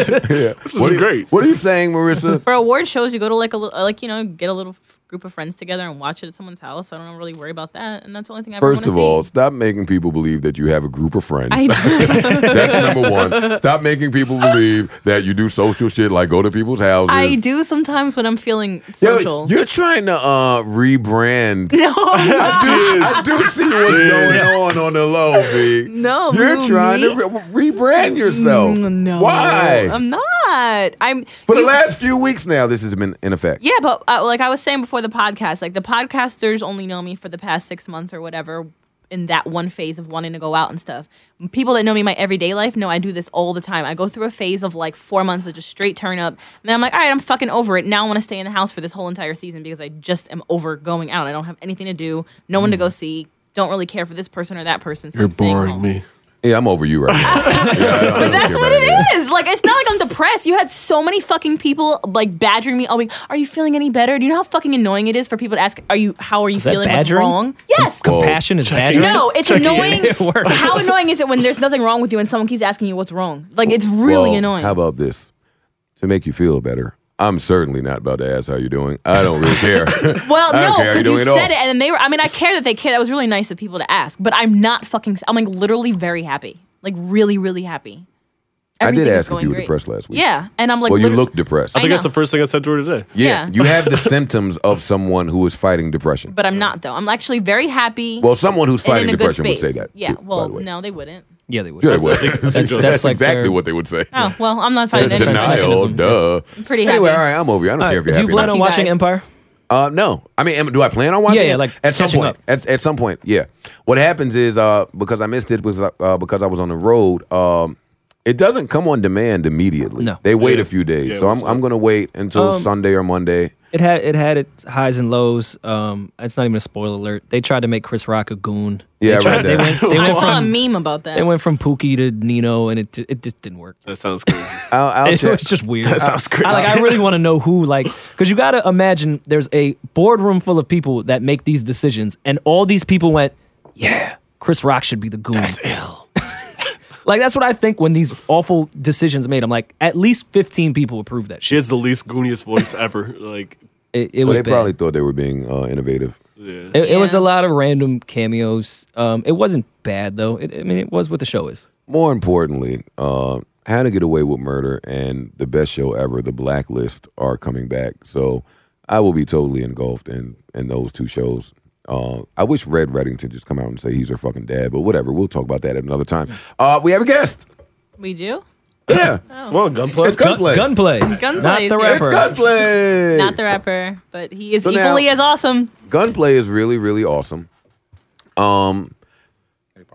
is what are you- great. What are you saying, Marissa? for award shows, you go to like a little, like you know, get a little f- group of friends together and watch it at someone's house. I don't really worry about that, and that's the only thing I. ever First wanna of all, see. stop making people believe that you have a group of friends. I, That's number one. Stop making people believe that you do social shit like go to people's houses. I do sometimes when I'm feeling Yo, social. you're trying to uh, rebrand. no, I'm not. I do see what's going on on the low, B. No, you're who, trying me? Mm, to re- rebrand yourself. no, why? I'm not. I'm For the you- last few weeks now, this has been in effect. Yeah, but uh, like I was saying before the podcast, like the podcasters only know me for the past six months or whatever in that one phase of wanting to go out and stuff. People that know me in my everyday life know I do this all the time. I go through a phase of like four months of just straight turn up. And then I'm like, all right, I'm fucking over it. Now I want to stay in the house for this whole entire season because I just am over going out. I don't have anything to do, no one to Mm. go see. Don't really care for this person or that person. So I'm staying home. Yeah, I'm over you right now. Yeah, I don't- I don't But that's care what about any of that. it is. Like, it's not like I'm depressed. You had so many fucking people like badgering me all week. Are you feeling any better? Do you know how fucking annoying it is for people to ask, "Are you? How are you that feeling? What's badgering? wrong?" Yes. Compassion is bad. No, it's annoying. E. It works. How annoying is it when there's nothing wrong with you and someone keeps asking you what's wrong? Like, it's really Well, annoying. How about this? To make you feel better, I'm certainly not about to ask how you're doing. I don't really care. Well, I don't no, care how you're because you doing at all. said it, and then they were. I mean, I care that they care. That was really nice of people to ask, but I'm not fucking. I'm like literally very happy, like really, really happy. I did Everything is ask if going you were great. depressed last week. Yeah, and I'm like, Well, you literally- look depressed. I think I that's know. the first thing I said to her today. yeah. Yeah. You have the symptoms of someone who is fighting depression. but I'm not though. I'm actually very happy. Well, someone who's and fighting in a good depression would say space. that. Yeah. too, by well, the way. no, they wouldn't. Yeah, they would. Sure, they would. That's- that's that's like exactly their- what they would say. Oh well, I'm not fighting defense anything. Denial, mechanism. duh. Pretty happy. Anyway, all right, I'm over you. I don't care if do you're you happy. or plan not. on You watching guys. Empire? Uh, no, I mean, am- do I plan on watching? Yeah, yeah, it? like at some catching point. up. At, at some uh, point, yeah. What happens is uh, because I missed it was uh, because I was on the road. Um, It doesn't come on demand immediately. No. They wait Yeah. a few days. Yeah, so I'm, what's I'm going to wait until Um, Sunday or Monday. It had it had its highs and lows. Um, it's not even a spoiler alert. They tried to make Chris Rock a Yeah, I goon. they, tried- read they that. went, they I went saw a from meme about that. they went from Pookie to Nino, and it ju- it just didn't work. That sounds crazy. I'll, I'll It check. was just weird. That sounds crazy. I, like I really want to know who like because you got to imagine there's a boardroom full of people that make these decisions, and all these people went, yeah, Chris Rock should be the goon. ill. like that's what I think when these awful decisions made. I'm like, at least 15 people approved that She shit. has the least gooniest voice ever. Like, It, it Well, was they bad. probably thought they were being uh, innovative. yeah. It, it was Yeah. a lot of random cameos. Um, it wasn't bad though. It, I mean, it was what the show is. More importantly, uh, How to Get Away with Murder and the best show ever, The Blacklist, are coming back. So I will be totally engulfed in in those two shows. Uh, I wish Red Reddington just come out and say he's her fucking dad, but whatever. We'll talk about that at another time. Uh, we have a guest. we do? Yeah, Well, gunplay. it's Gunplay. Gunplay, Gunplay not is the here. it's rapper. Gunplay. Not the rapper, but he is So now- equally as awesome. Gunplay is really, really awesome. Um,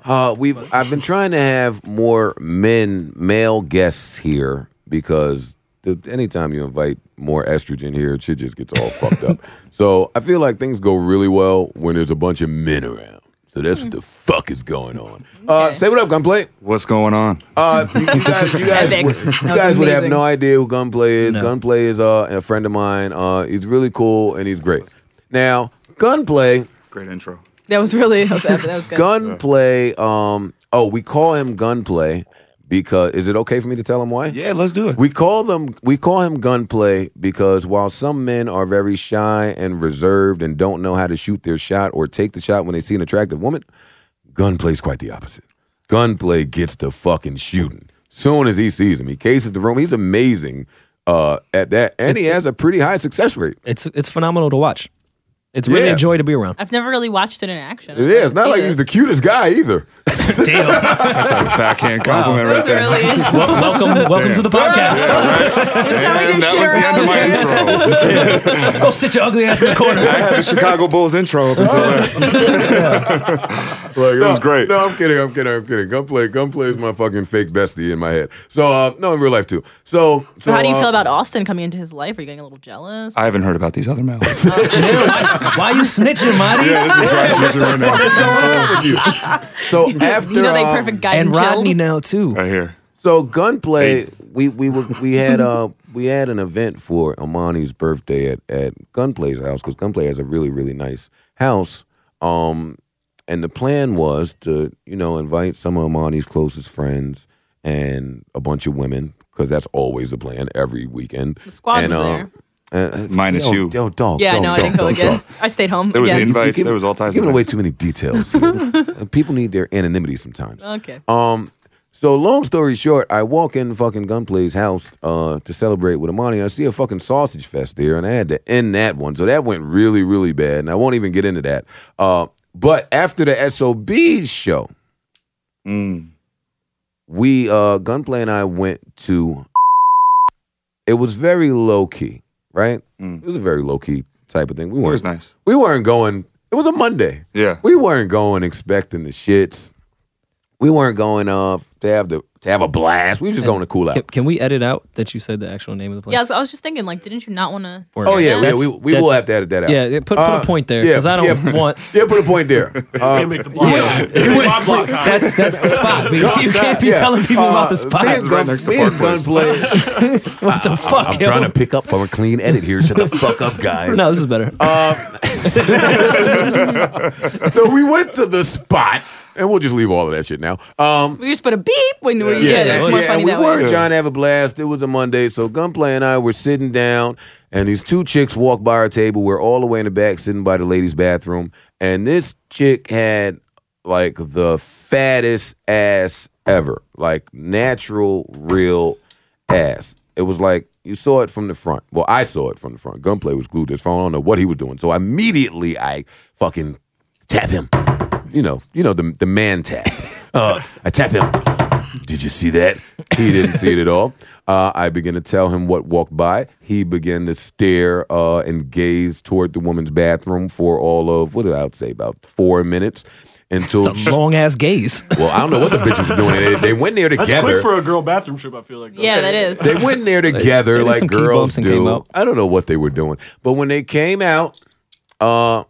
uh, we've I've been trying to have more men, male guests here because the, anytime you invite more estrogen here, shit just gets all fucked up. So I feel like things go really well when there's a bunch of men around. So that's what the fuck is going on. Uh, say what up, Gunplay. What's going on? Uh, you, you guys, you guys, Epic. would, That you was guys would have amazing. no idea who Gunplay is. No. Gunplay is uh, a friend of mine. Uh, he's really cool and he's great. Now, Gunplay, Great intro. That was really that was, epic. That was good. Gunplay. Um, oh, we call him Gunplay because is it okay for me to tell him why? Yeah, let's do it. We call them we call him gunplay because while some men are very shy and reserved and don't know how to shoot their shot or take the shot when they see an attractive woman, gunplay's quite the opposite. Gunplay gets to fucking shooting. Soon as he sees him, he cases the room. He's amazing uh, at that, and he has a pretty high success rate. It's it's phenomenal to watch. It's really Yeah. a joy to be around. I've never really watched it in action. It is not like he's the cutest guy either. That's a backhand compliment right there. Really, it Wel- welcome, welcome to the podcast. And that was the end of my intro. Go sit your ugly ass in the corner. I had the Chicago Bulls intro up until that. Oh. like, it was great. No, I'm kidding. I'm kidding. I'm kidding. Gunplay. Gunplay is my fucking fake bestie in my head. So uh, no, in real life too. So, so So how do you uh, feel about Austin coming into his life? Are you getting a little jealous? I haven't heard about these other males. Why you snitching, Marty? yeah, this is dry snitching right now. So after you know they um, perfect guy And chilled. Rodney now too. Right here. So gunplay, we we were, we had uh we had an event for Amani's birthday at at Gunplay's house because Gunplay has a really really nice house. Um, and the plan was to you know invite some of Amani's closest friends and a bunch of women because that's always the plan every weekend. The squad and, was uh, there. uh, Minus yo, you. yo, dog. Yeah, dog, no, I dog, didn't go dog, again. dog. I stayed home. There was yeah. an invites. Give- there was all You're types giving of away things. too many details. you know? And People need their anonymity sometimes. Okay. Um, so long story short, I walk in fucking Gunplay's house uh, to celebrate with Amani. and I see a fucking sausage fest there, and I had to end that one. So that went really, really bad, and I won't even get into that. Uh, but after the SOB show, Mm. we uh, Gunplay and I went to. It was very low key, right? Mm. It was a very low key type of thing. We It was weren't. nice. We weren't going. It was a Monday Yeah. we weren't going expecting the shits. We weren't going uh to have the to have a blast. We were just going to cool Can, out. can we edit out that you said the actual name of the place? Yeah, I was, I was just thinking, like, didn't you not want to? Or- Oh yeah, yeah, That's- we we that- will have to edit that out. Yeah, yeah, put, put Uh, a point there yeah, because I don't yeah. want. Yeah, put a point there. Uh, Can't make the block. My block high. That's that's the spot. We- you can't be yeah. telling people about the Uh, spot. Me and, It's right Gun- next to me and Park Place. Gunplay. what the fuck? I'm yo? trying to pick up from a clean edit here. Shut the fuck up, guys. No, this is better. So we went to the spot, and we'll just leave all of that shit now. Um, We just put a beep when we. Yeah, Yeah, that's more and funny we that way. were trying to have a blast. It was a Monday, so Gunplay and I were sitting down, and these two chicks walked by our table. We're all the way in the back, sitting by the ladies' bathroom, and this chick had like the fattest ass ever, like natural, real ass. It was like you saw it from the front. Well, I saw it from the front. Gunplay was glued to his phone. I don't know what he was doing, so immediately I fucking tap him. You know, you know the the man tap. Uh, I tap him. Did you see that? He didn't see it at all. Uh, I begin to tell him what walked by. He began to stare uh, and gaze toward the woman's bathroom for all of what did I say about four minutes. until Some long ass gaze. well, I don't know what the bitches were doing. They, they went there That's together. quick for a girl bathroom trip. I feel like. though. Yeah, that is. they went in there together did like some key girls bumps and came do. out. I don't know what they were doing, but when they came out, uh,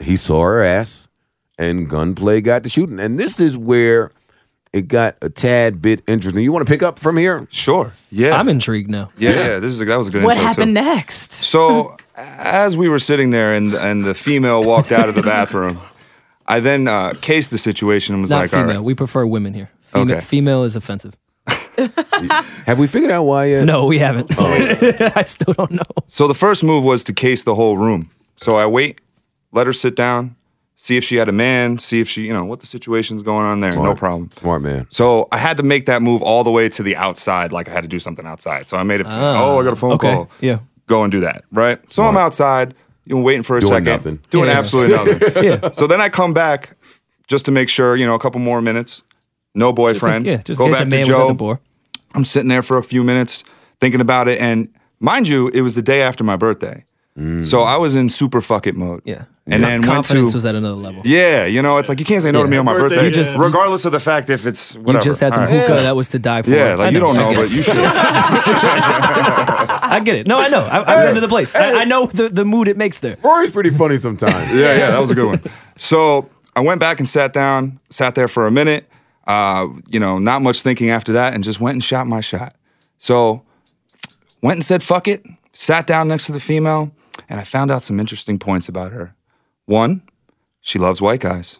he saw her ass, and gunplay got to shooting. And this is where it got a tad bit interesting. You want to pick up from here? Sure. Yeah. I'm intrigued now. yeah, yeah. This is that was a good. What intro, too. happened next? So as we were sitting there and and the female walked out of the bathroom, I then uh, cased the situation and was Not like, female. all right. We prefer women here. Female, Okay. female is offensive. Have we figured out why yet? No, we haven't. Oh, I still don't know. So the first move was to case the whole room. So I wait, let her sit down, see if she had a man, see if she, you know, what the situation's going on there. No problem. Smart man. So I had to make that move all the way to the outside, like I had to do something outside. So I made it. oh, I got a phone Ah, okay. call. Yeah. go and do that, right? So I'm outside, you know, waiting for a Doing second, nothing. doing Yeah. absolutely nothing. Yeah. So then I come back just to make sure, you know, a couple more minutes. No boyfriend. Yeah, just in go case a man back to was at the Joe. bar. I'm sitting there for a few minutes thinking about it, and mind you, it was the day after my birthday, Mm. so I was in super fuck it mode. Yeah. and then went to Confidence was at another level. yeah, you know, it's like you can't say no to Yeah. me on my Birthday, birthday, you just- regardless of the fact if it's whatever. You just had some All right. hookah that was to die for. Yeah, I like you don't I know, get but it. you should. I get it. No, I know. I, I've been to the place. I, I know the, the mood it makes there. Rory's pretty funny sometimes. yeah, yeah, that was a good one. So I went back and sat down, sat there for a minute, uh, you know, not much thinking after that, and just went and shot my shot. So went and said, fuck it, sat down next to the female, and I found out some interesting points about her. One, she loves white guys.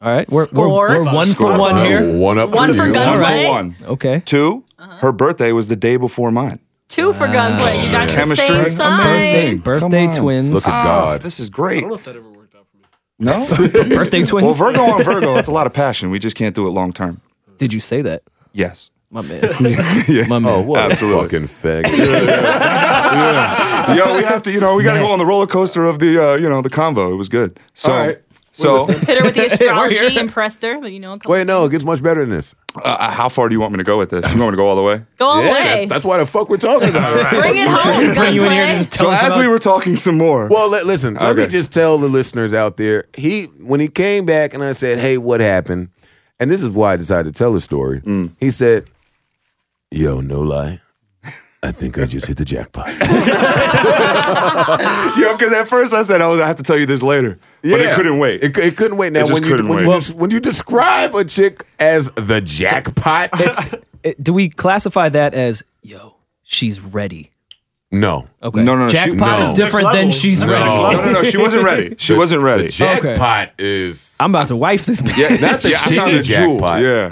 All right. We're, we're, Score. we're one Score. for one here. One up One for, for you. gun- All one right. Uh-huh. for one. Okay. Two, her birthday was the day before mine. Two for gunplay. You guys are the Chemistry, same amazing. side. Hey, Birthday come on. twins. Look at Ah, God. this is great. I don't know if that ever worked out for me. No? Birthday well, twins. Virgo on Virgo, it's a lot of passion. We just can't do it long term. Did you say that? Yes. My man. My man. Oh, what Absolutely. a fucking fag. Yo, we have to, you know, we got to go on the roller coaster of the, uh, you know, the convo. It was good. So, All right. so uh, Hit her with the We're astrology, here. impressed her, but you know, come- Wait, no, it gets much better than this. uh, how far do you want me to go with this? You want me to go all the way? go away. that's why the fuck we're talking about. it. Bring it home. Bring you in here gunplay. and just tell Oh. So us as about- we were talking some more, Well, let, listen. Let me Okay. just tell the listeners out there. He when he came back and I said, "Hey, what happened?" And this is why I decided to tell the story. Mm. He said, "Yo, no lie, I think I just hit the jackpot." yo, because at first I said I was, I have to tell you this later, but it couldn't wait. It, cou- it couldn't wait. Now, just when you couldn't when you wait. des- when you describe a chick as the jackpot, It- Uh, do we classify that as yo? She's ready. no, Okay. No, no, no, she- Jackpot no. is different Next than level. she's That's ready. next no, no, no, she wasn't ready. She wasn't the ready. jackpot is I'm about to wife this man. Yeah, That's a yeah, I found shitty a jewel. jackpot. Yeah,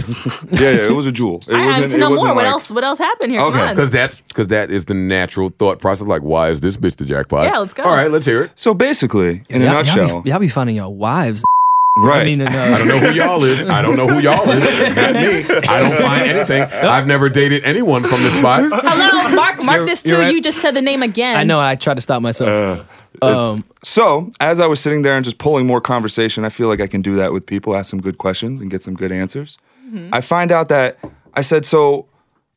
yeah, yeah. It was a jewel. It I wasn't. wanted to it know wasn't more. Like, what else? What else happened here? Okay, Come on. because that's because that is the natural thought process. Like, why is this bitch the jackpot? Yeah, let's go. All right, let's hear it. So basically, in a Y'all- nutshell, Y'all be, y'all be finding your wives. right? I mean, and, I uh, don't know who y'all is. I don't know who y'all is. Not me. I don't find anything. I've never dated anyone from this spot. Hello, Mark. Mark this you're too. right. You just said the name again. I know. I tried to stop myself. um, So, as I was sitting there and just pulling more conversation, I feel like I can do that with people, ask some good questions and get some good answers. I find out that I said, So,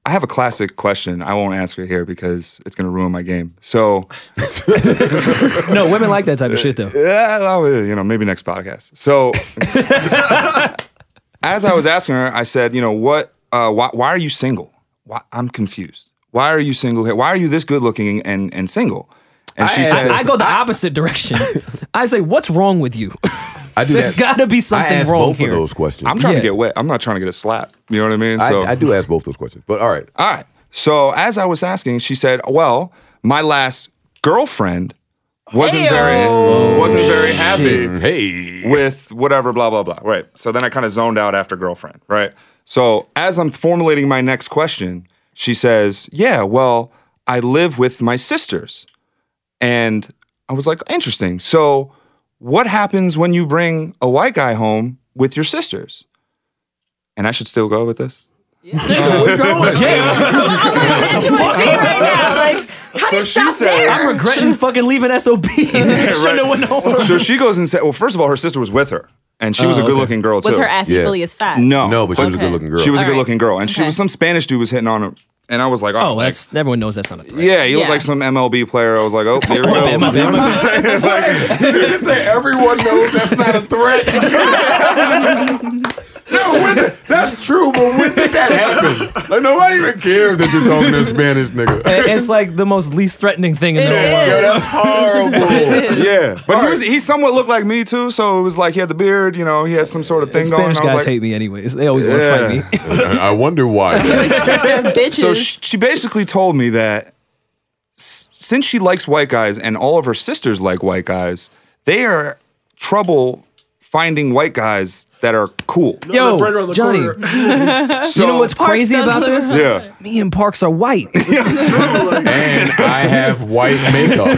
I have a classic question. I won't answer it here because it's going to ruin my game. So, no, women like that type of shit though. yeah, well, you know, maybe next podcast. So, as I was asking her, I said, you know, what? Uh, why, why are you single? Why, I'm confused. Why are you single? here? Why are you this good looking and and single? And she I- said, I go the opposite direction. I say, what's wrong with you? I do There's that. got to be I something ask wrong both here. of those questions. "I'm trying Yeah. to get wet. I'm not trying to get a slap." You know what I mean? I, I do ask both those questions. But all right, All right. So as I was asking, she said, "Well, my last girlfriend wasn't very wasn't very happy Mm, hey, with whatever blah blah blah." Right. So then I kind of zoned out after girlfriend, right? So as I'm formulating my next question, she says, "Yeah, well, I live with my sisters." And I was like, "Interesting. So what happens when you bring a white guy home with your sisters?" And I should still go with this? so she says, I'm regretting fucking leaving SOB. I shouldn't have went home. so she goes and said, well, first of all, her sister was with her, and Oh, she was a good-looking girl too. Was her ass Yeah. equally as fat? No, no, but she was a good-looking girl. She was a All right. good-looking girl, and she Okay. was some Spanish dude was hitting on her And I was like, oh, Oh, like- that's everyone knows that's not a threat. yeah, he looked Yeah. like some MLB player. I was like, oh, here we Oh, go. bam, bam, bam, bam. say everyone knows that's not a threat. no, when did- that's true, but when did that happen? Like nobody even cares that you're talking to a Spanish nigga. It's like the most least threatening thing in the whole world. Yo, that's horrible. Yeah, but he was he somewhat looked like me too, so it was like he had the beard, you know, he had some sort of thing Spanish going. I was guys like, hate me anyways. They always want to Yeah. fight me. I wonder why. bitches. so sh- she basically told me that s- since she likes white guys and all of her sisters like white guys, they are trouble finding white guys that are cool. Yo, right around the Johnny, corner. So, you know what's Parks crazy does about look- this? yeah. Me and Parks are white. And I have white makeup.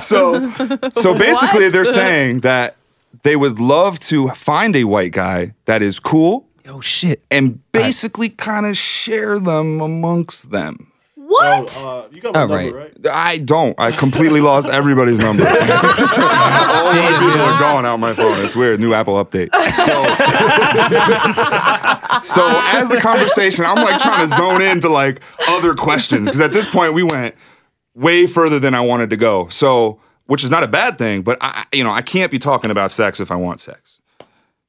So so basically What? they're saying that they would love to find a white guy that is cool Yo, shit. and basically kind of share them amongst them. what? Uh, you got my All number, right. right? I don't. I completely lost everybody's number. All my people are gone out my phone. It's weird. New Apple update. So, so as the conversation, I'm like trying to zone into like other questions because at this point we went way further than I wanted to go. So, which is not a bad thing, but I, I- you know, I can't be talking about sex if I want sex.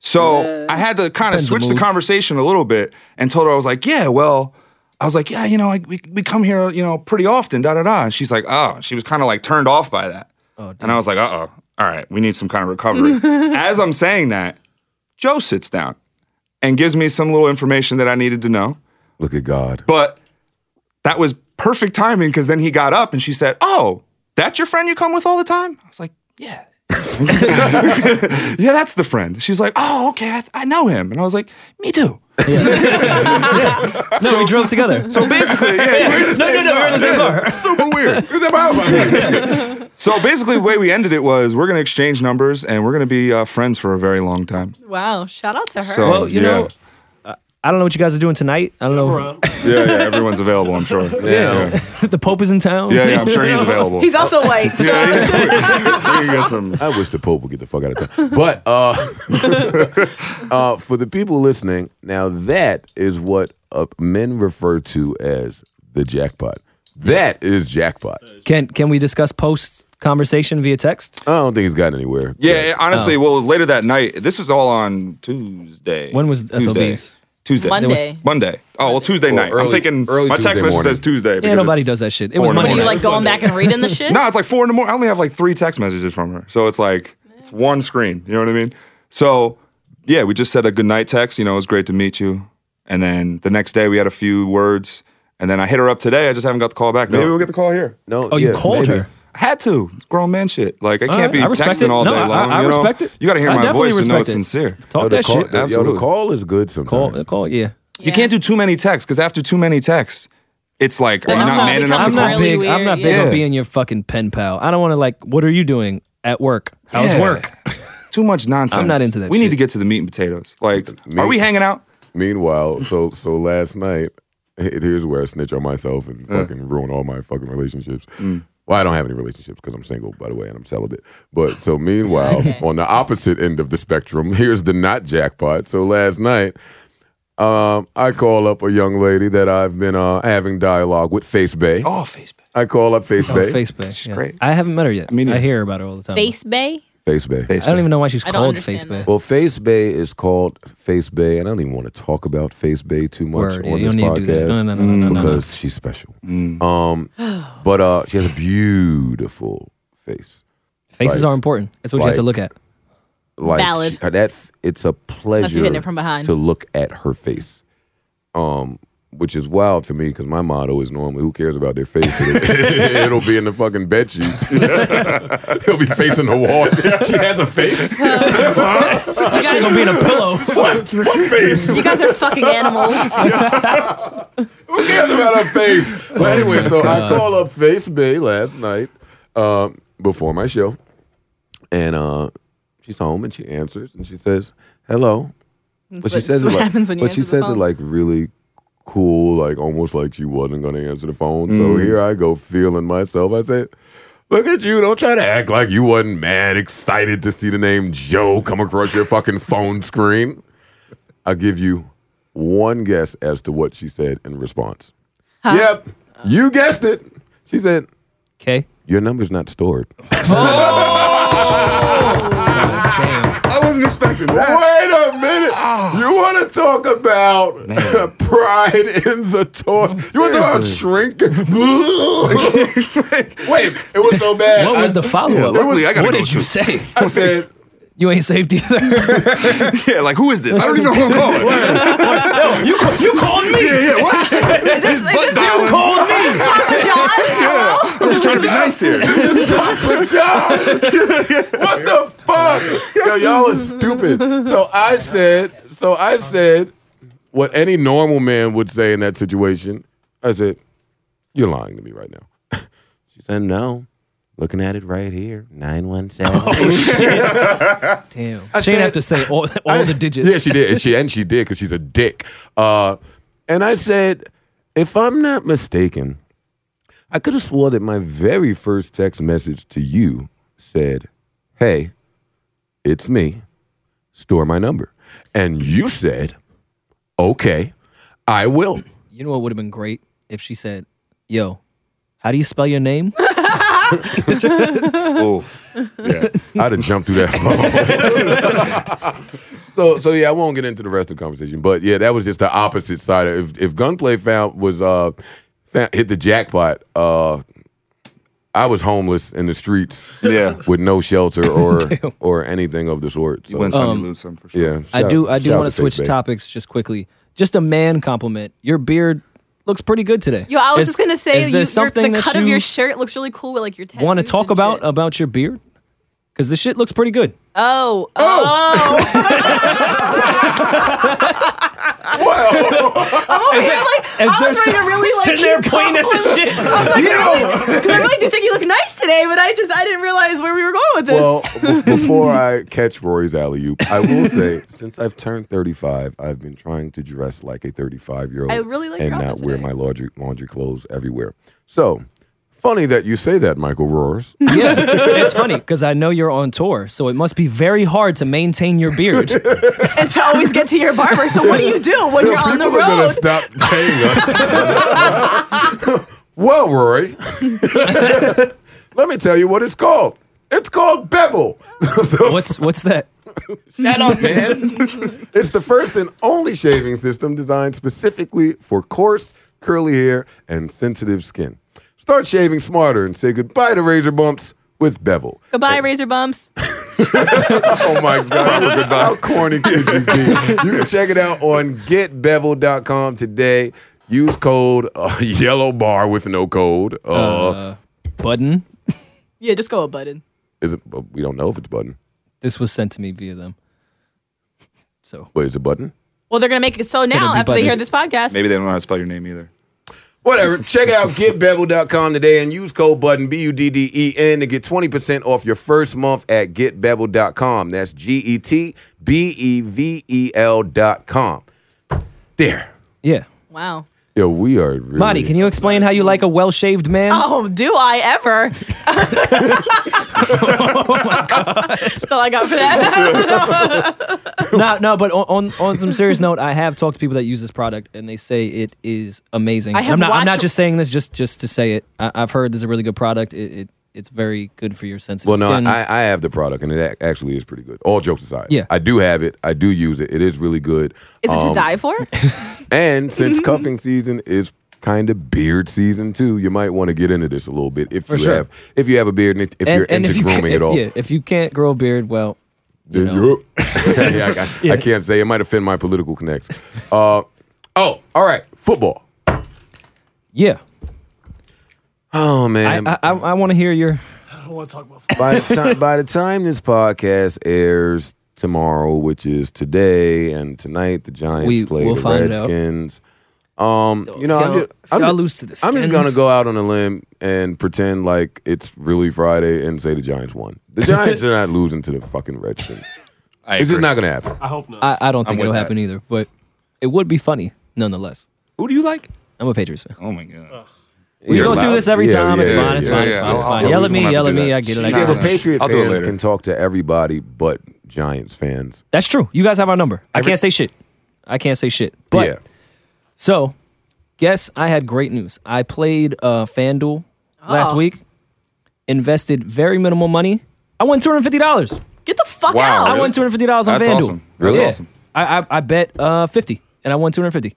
So I had to kind of the switch the mood. conversation a little bit and told her I was like, yeah, well, I was like, yeah, you know, like we, we come here, you know, pretty often, da da da. And she's like, oh, she was kind of like turned off by that. and I was like, uh oh, all right, we need some kind of recovery. As I'm saying that, Joe sits down and gives me some little information that I needed to know. Look at God. But that was perfect timing because then he got up and she said, Oh, that's your friend you come with all the time? I was like, Yeah. yeah, that's the friend. She's like, Oh, okay, I, th- I know him. And I was like, Me too. No, we drove together. So basically, yeah, yeah. no, no, no, we're in the same car. Super weird. Who's that by? so basically, the way we ended it was we're going to exchange numbers and we're going to be uh, friends for a very long time. wow! Shout out to her. So, Well, you yeah. know, I I don't know what you guys are doing tonight. I don't know. Around. yeah, yeah, everyone's available, I'm sure. Yeah. yeah, the Pope is in town. yeah, yeah I'm sure he's available. He's also white. So yeah, he's- we can get some. I wish the Pope would get the fuck out of town. But uh, uh, for the people listening, now that is what uh, men refer to as the jackpot. That is jackpot. Can can we discuss post conversation via text? I don't think it's gotten anywhere. Yeah, yeah, Oh. honestly, well, later that night, this was all on Tuesday. When was Tuesday. SOBs? Tuesday. Monday. Monday. Oh, well, Tuesday Well, night. early- I'm thinking early my Tuesday text message morning. says Tuesday. because nobody it's does that shit. It was four in the Monday are you morning. like going back and reading the shit? No, it's like four in the morning. I only have like three text messages from her. So it's like, it's one screen. You know what I mean? So, yeah, we just said a good night text. You know, it was great to meet you. And then the next day we had a few words. And then I hit her up today. I just haven't got the call back. Maybe we'll get the call here. No. Oh, you yeah, called maybe. her. I had to. Grown man shit. Like, I All can't right, I be respect texting it. all No, day I- long. I you know? respect it. You got to hear I my definitely voice to know respect it's it. sincere. Yo, Talk the that call, shit. the- yo, the Absolutely. call is good sometimes. Call, the call, yeah. You can't do too many texts because after too many texts, it's like, are you I'm not not- man enough to I'm becomes not call? really big. I'm weird, not big yeah. on Yeah. being your fucking pen pal. I don't want to like. What are you doing at work? How's Yeah. work? Too much nonsense. I'm not into that We need shit. to get to the meat and potatoes. Like, are we hanging out? Meanwhile, so so last night, here's where I snitch on myself and fucking ruin all my fucking relationships. Mm. Well, I don't have any relationships because I'm single, by the way, and I'm celibate. But so meanwhile, on the opposite end of the spectrum, here's the not jackpot. So last night, um, I call up a young lady that I've been uh, having dialogue with, Face Bay. Oh, Facebook. I call up Face Oh, Bay. Face Bay. yeah. great. I haven't met her yet. I, neither. hear her about her all the time. Face Bay. Face Bay. I don't even know why she's I don't called understand Face Bay. that. Well, Face Bay is called Face Bay, and I don't even want to talk about Face Bay too much Word, yeah, on you this don't podcast need to do that. No, no, no, no, no, no, no. because she's special. Um, but uh, she has a beautiful face. Faces Like- are important. That's what you have to like- look at. Like Valid. she- that, f- it's a pleasure hitting it from behind. to look at her face. Um, which is wild for me because my motto is normally, "Who cares about their face? It'll be in the fucking bed sheets. It'll be facing the wall. she has a face. That shit gonna be in a pillow. What? What face? You guys are fucking animals. Who cares about her face? But anyway, so I call up Face Bay last night uh, before my show, and uh, she's home and she answers and she says, "Hello." But she what- says that's it what like, happens when you but she answer the says it phone. like really cool, like almost like she wasn't going to answer the phone. So here I go feeling myself. I said. Look at you! Don't try to act like you wasn't mad, excited to see the name Joe come across your fucking phone screen. I give you one guess as to what she said in response. Yep, you guessed it. She said, Okay. Your number's not stored. Damn. I wasn't expecting Wait a minute. You want to talk about pride in the toy? You want to talk about shrinking? Wait, it was so bad. What was the follow up? luckily I gotta what go did you too. say? I said, You ain't saved either. Yeah, like who is this? I don't even know who I'm calling. you, ca- you called me. yeah, yeah, what? Is this, is this Dialing. Called me. Papa John's? I'm just trying to be nice here. Papa John. what the fuck? Yo, y'all are stupid. So I said, so I said what any normal man would say in that situation. I said, You're lying to me right now. she said, No. Looking at it right here. 917. Damn. I she didn't said- have to say all, all the digits. Yeah, she did. And she and she did because she's a dick. Uh, and I said, if I'm not mistaken, I could have swore that my very first text message to you said, "Hey, it's me. Store my number." And you said, "Okay, I will." You know what would have been great if she said, "Yo, how do you spell your name?" Oh, yeah. I'd have jumped through that phone. so, so yeah, I won't get into the rest of the conversation, but yeah, that was just the opposite side. Of, if if Gunplay found was uh found, hit the jackpot, uh, I was homeless in the streets, Yeah. with no shelter or or anything of the sort. So, You win some, you lose some for sure. yeah, I shout- do. I do shout want to Face switch Babe. topics just quickly. Just a man compliment. Your beard looks pretty good today. Yo, I was Is- just gonna say, is you, there your- something the that cut you of your shirt looks really cool with like your. want to tattoos talk and about shit. about your beard? Because this shit looks pretty good. Oh, oh! I'm over here Oh, like Is I was ready there to some- really like sitting there keep pointing at the going. shit. I was like, because I really do think you look nice today, but I just I didn't realize where we were going with this. Well, b- before I catch Rory's alley oop, I will say since I've turned 35, I've been trying to dress like a 35 year old I really like and your not outfit wear today. my laundry, laundry clothes everywhere. So, funny that you say that, Michael Roars. Yeah, it's funny because I know you're on tour, so it must be very hard to maintain your beard. and to always get to your barber. So what do you do when you're on the People are going road? to stop paying us. well, Rory, let me tell you what it's called. It's called Bevel. what's what's that? Shut up, man. it's the first and only shaving system designed specifically for coarse, curly hair and sensitive skin. Start shaving smarter and say goodbye to razor bumps with Bevel. Goodbye, razor bumps. Oh my God. How corny could you be? You can check it out on getbevel.com today. Use code uh, yellow bar with no code. Uh, Uh-huh. Button. Yeah, just go a button. is it? uh, We don't know if it's button. This was sent to me via them. So Wait, is it button? Well, they're gonna make it so now be after they button. hear this podcast. Maybe they don't know how to spell your name either. Whatever. Check out getbevel.com today and use code button B U D D E N to get 20% off your first month at getbevel.com. That's G E T B E V E L.com. There. yeah, Wow. Yo, we are really. Monty, can you explain how you like a well shaved man? Oh, do I ever? That's all I got for that. no, no, but on, on on some serious note, I have talked to people that use this product, and they say it is amazing. I And have I'm not. I'm not watched- just saying this just just to say it. I, I've heard this is a really good product. It, it it's very good for your sensitive Well, no, skin. I, I have the product and it ac- actually is pretty good. All jokes aside. Yeah. I do have it. I do use it. It is really good. Um, Is it to Mm-hmm. die for? And since cuffing season is kind of beard season too, you might want to get into this a little bit if For you sure. have if you have a beard and if if And- you're and into if you can't- grooming at all. Yeah, if you can't grow a beard, well, you Then know. you're up. yeah, I, got- I can't say it might offend my political connects. Uh, oh, all right, football. yeah. Oh I man! I, I, I want to hear your. I don't want to talk about football. by the time by the time this podcast airs tomorrow, which is today and tonight, the Giants We- play we'll the find it out. Redskins. Um, you know, I'm Y'all- just, I'm, y'all just, lose to the I'm just Skins. gonna go out on a limb and pretend like it's really Friday and say the Giants won. The Giants are not losing to the fucking Redskins. I It's just not gonna happen. I hope not. I, I don't think with it'll that. happen either, but it would be funny nonetheless. Who do you like? I'm a Patriots fan. Oh my god. We You're don't do loud. this every Yeah, time. it's yeah, fine. It's yeah, fine. yeah. It's fine. I'll- It's I'll- fine. Yell at we me. won't Yell have at to me. do that. I get it. I Nah, Yeah, get nah, but nah. it. Patriot I'll do it fans later. can talk to everybody but Giants fans. That's true. You guys have our number. I can't say shit. I can't say shit. But yeah. so, guess I had great news. I played uh, FanDuel last Oh. week, invested very minimal money. I won two hundred fifty dollars. Get the fuck Wow, out. I won two hundred fifty dollars on That's FanDuel. awesome. That's Yeah. awesome. I, I I bet uh, fifty, and I won two hundred fifty.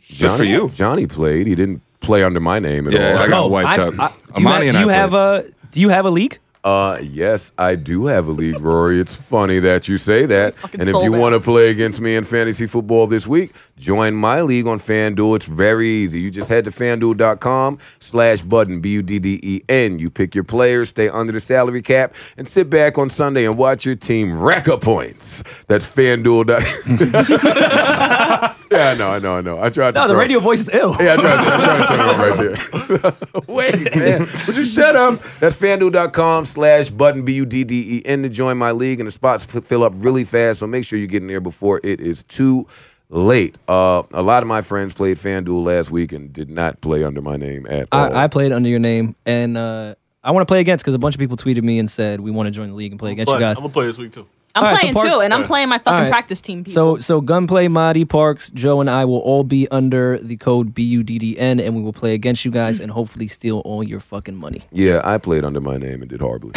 Johnny, for you. Johnny played. He didn't play under my name at Yeah, all. Oh, I got wiped up. do you, have, Amani and do I you have played. a Do you have a league? Uh, yes, I do have a league, Rory. It's funny that you say that. Fucking And if sold you it. want to play against me in fantasy football this week, join my league on FanDuel. It's very easy. You just head to fanduel.com slash button, B U D D E N. You pick your players, stay under the salary cap, and sit back on Sunday and watch your team rack up points. That's fanduel.com. yeah, I know, I know, I know. I tried to. No, the throw- radio voice is ill. yeah, I tried, I tried to turn it on right there. Wait, man. Would you shut up? That's fanduel.com slash button B U D D E N to join my league, and the spots f- fill up really fast. So make sure you get in there before it is too late. Uh, a lot of my friends played FanDuel last week and did not play under my name at all. I, I played under your name, and uh, I want to play against because a bunch of people tweeted me and said we want to join the league and play against But you guys. I'm gonna play this week too. I'm All right, so playing Parks- too, and I'm playing my fucking All right. practice team. So People. so gunplay, Madi, Parks, Joe, and I will all be under the code B U D D N, and we will play against you guys and hopefully steal all your fucking money. Yeah, I played under my name and did horribly.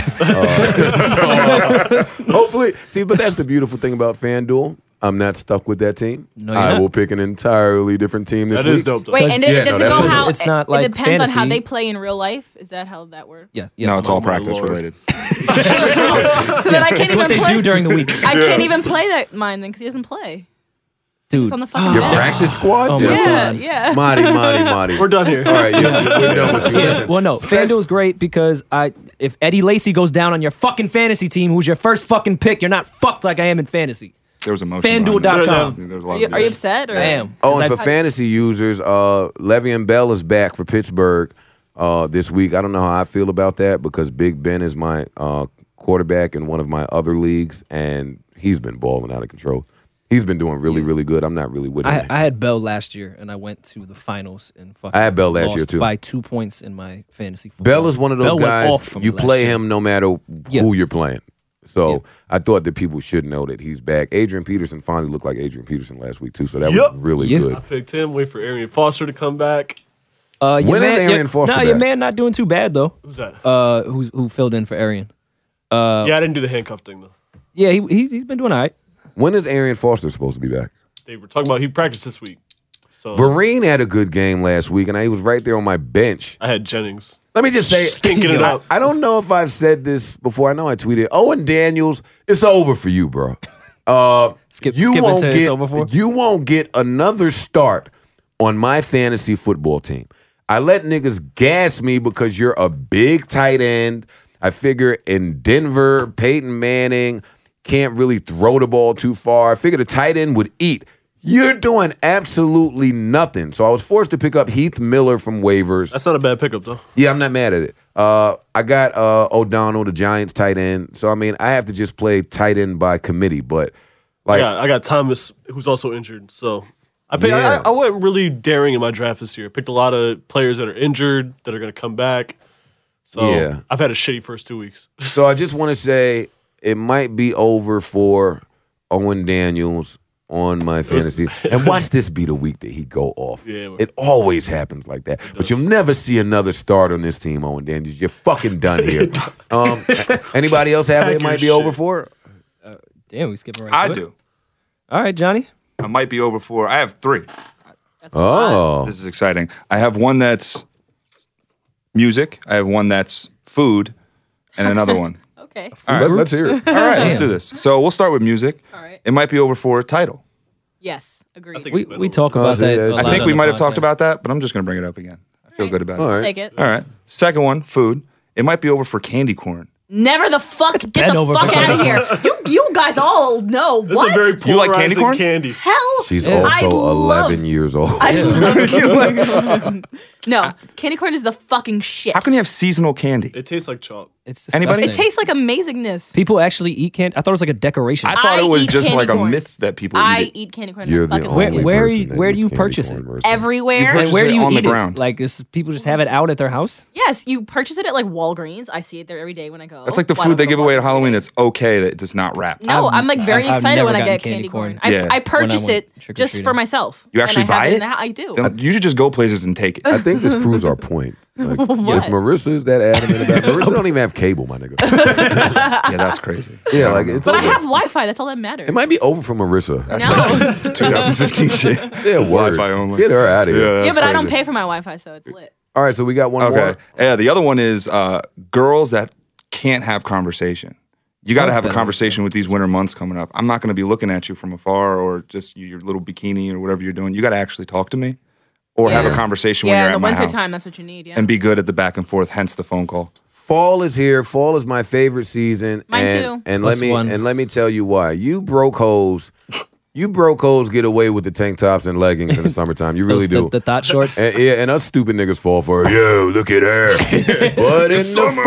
Uh, so, uh, hopefully, see, but that's the beautiful thing about FanDuel. I'm not stuck with that team. No, you're I not. will pick an entirely different team this That week. is dope though. Wait, and it, Yeah, no, does it that's go because how? it's not it- like it depends on how fantasy. they play in real life. Is that how that works? Yeah, yes. No, it's all my practice lord. related. So that I can't it's even what they play. do during the week, I can't even play that mine then because he doesn't play. dude. It's on the fucking. Your bench. practice squad? Oh my Yeah. Yeah, God. yeah. Marty, Marty, Marty. We're done here. All right, yeah, we're done with you. Listen, Well, no, so that's- FanDuel's great because I if Eddie Lacy goes down on your fucking fantasy team, who's your first fucking pick, you're not fucked like I am in fantasy. There was emotion. FanDuel.com. behind it. There was a lot Are of you, are you emotion. upset? Or? I am. Oh, and 'Cause for I- fantasy users, uh, Le'Veon Bell is back for Pittsburgh uh, this week. I don't know how I feel about that because Big Ben is my uh, quarterback in one of my other leagues, and he's been balling out of control. He's been doing really, really good. I'm not really with him. I, I had Bell last year, and I went to the finals and fucking. I had Bell last lost year, too. by two points in my fantasy. Football. Bell is one of those Bell went off guys for me you last play year. him no matter Yeah. who you're playing. So I thought that people should know that he's back. Adrian Peterson finally looked like Adrian Peterson last week too, so that Yup. was really Yeah. good. I picked him. Wait for Arian Foster to come back. Uh, your When is man- Arian your- Foster Nah, your back? man not doing too bad though. Who's that? Uh, who's who filled in for Arian? yeah, I didn't do the handcuff thing though. Yeah, he, he he's been doing all right. When is Arian Foster supposed to be back? They were talking about he practiced this week. So Vereen had a good game last week, and I, he was right there on my bench. I had Jennings. Let me just say, Stinking it I, up. I don't know if I've said this before. I know I tweeted, Owen Daniels, it's over for you, bro. Uh, Skip- you skip won't into get it's over for? you won't get another start on my fantasy football team. I let niggas gas me because you're a big tight end. I figure in Denver, Peyton Manning can't really throw the ball too far. I figured a tight end would eat. You're doing absolutely nothing. So I was forced to pick up Heath Miller from waivers. That's not a bad pickup though. Yeah, I'm not mad at it. Uh, I got uh, O'Donnell, the Giants tight end. So I mean, I have to just play tight end by committee. But like, yeah, I got Thomas, who's also injured. So I picked, Yeah. I, I wasn't really daring in my draft this year. I picked a lot of players that are injured that are going to come back. So Yeah. I've had a shitty first two weeks. so I just want to say it might be over for Owen Daniels on my fantasy. and watch this be the week that he go off. Yeah, it always happens like that. But you'll never see another start on this team, Owen Daniels. You're fucking done here. um, a- anybody else have it? It Pack your might be shit. over for. Damn, we skipping right. I to it. do. All right, Johnny. I might be over four. I have three. Oh, This is exciting. I have one that's music. I have one that's food, and another one. Okay. Let- let's hear it. All right, let's Damn. do this. So we'll start with music. All right. It might be over for title. Yes. Agreed. think- We It's been we a talk little about bit. that. a I I lot think on we the might have podcast. talked about that, but I'm just going to bring it up again. I feel good about All it. right. Take it. All right. Second one, food. It might be over for candy corn. Never the fuck get been the over fuck for- out of here. You you guys all know This what is a very You like candy polarizing corn? candy. hell. She's Yeah. also I love- 11 years old. I love- No, candy corn is the fucking shit. How can you have seasonal candy? It tastes like chalk. It's disgusting. Anybody? it tastes like amazingness. People actually eat candy. I thought it was like a decoration. I thought I it was eat just candy like corn. a myth that people I eat. it. eat candy corn. You're in a the fucking only bowl. Where- where person you- that where do eats you candy purchase corn it? versus- everywhere. purchase Like, where it do you on the eat it? ground. Like, is people just have it out at their house? Yes, you purchase it at like Walgreens. I see it there every day when I go. That's like the Why food don't they I give go away at Walgreens? Halloween. It's okay that it's not wrapped. No, I've- I'm like very I've- I've excited when never I get gotten candy candy corn. corn. I, Yeah. I purchase went it just for trick-or-treating. myself. You and actually I have buy in the it? ho- I do. Then you should just go places and take it. I think this proves our point. Like, What? if Marissa is that adamant about Marissa, don't even have cable, my nigga. yeah, that's crazy. Yeah, like it's. but I over. have Wi-Fi. That's all that matters. It might be over for Marissa. no. 2015 shit. Yeah, word. Wi-Fi only. Get her out of here. yeah, that's but I don't crazy. pay for my Wi-Fi, so it's lit. All right, so we got one more. Okay. Yeah, the other one is uh, girls that can't have conversation. You got to have a conversation with these winter months coming up. I'm not going to be looking at you from afar or just your little bikini or whatever you're doing. You got to actually talk to me or have a conversation when Yeah, you're in at the my winter house time, that's what you need. Yeah. and be good at the back and forth. Hence the phone call. Fall is here. Fall is my favorite season. Mine and, too. And Plus let me one. and let me tell you why. You broke hoes. You broke hoes get away with the tank tops and leggings in the summertime. You really Those- do. the, the thought shorts. And, yeah, and us stupid niggas fall for it. Yo, look at her. but in the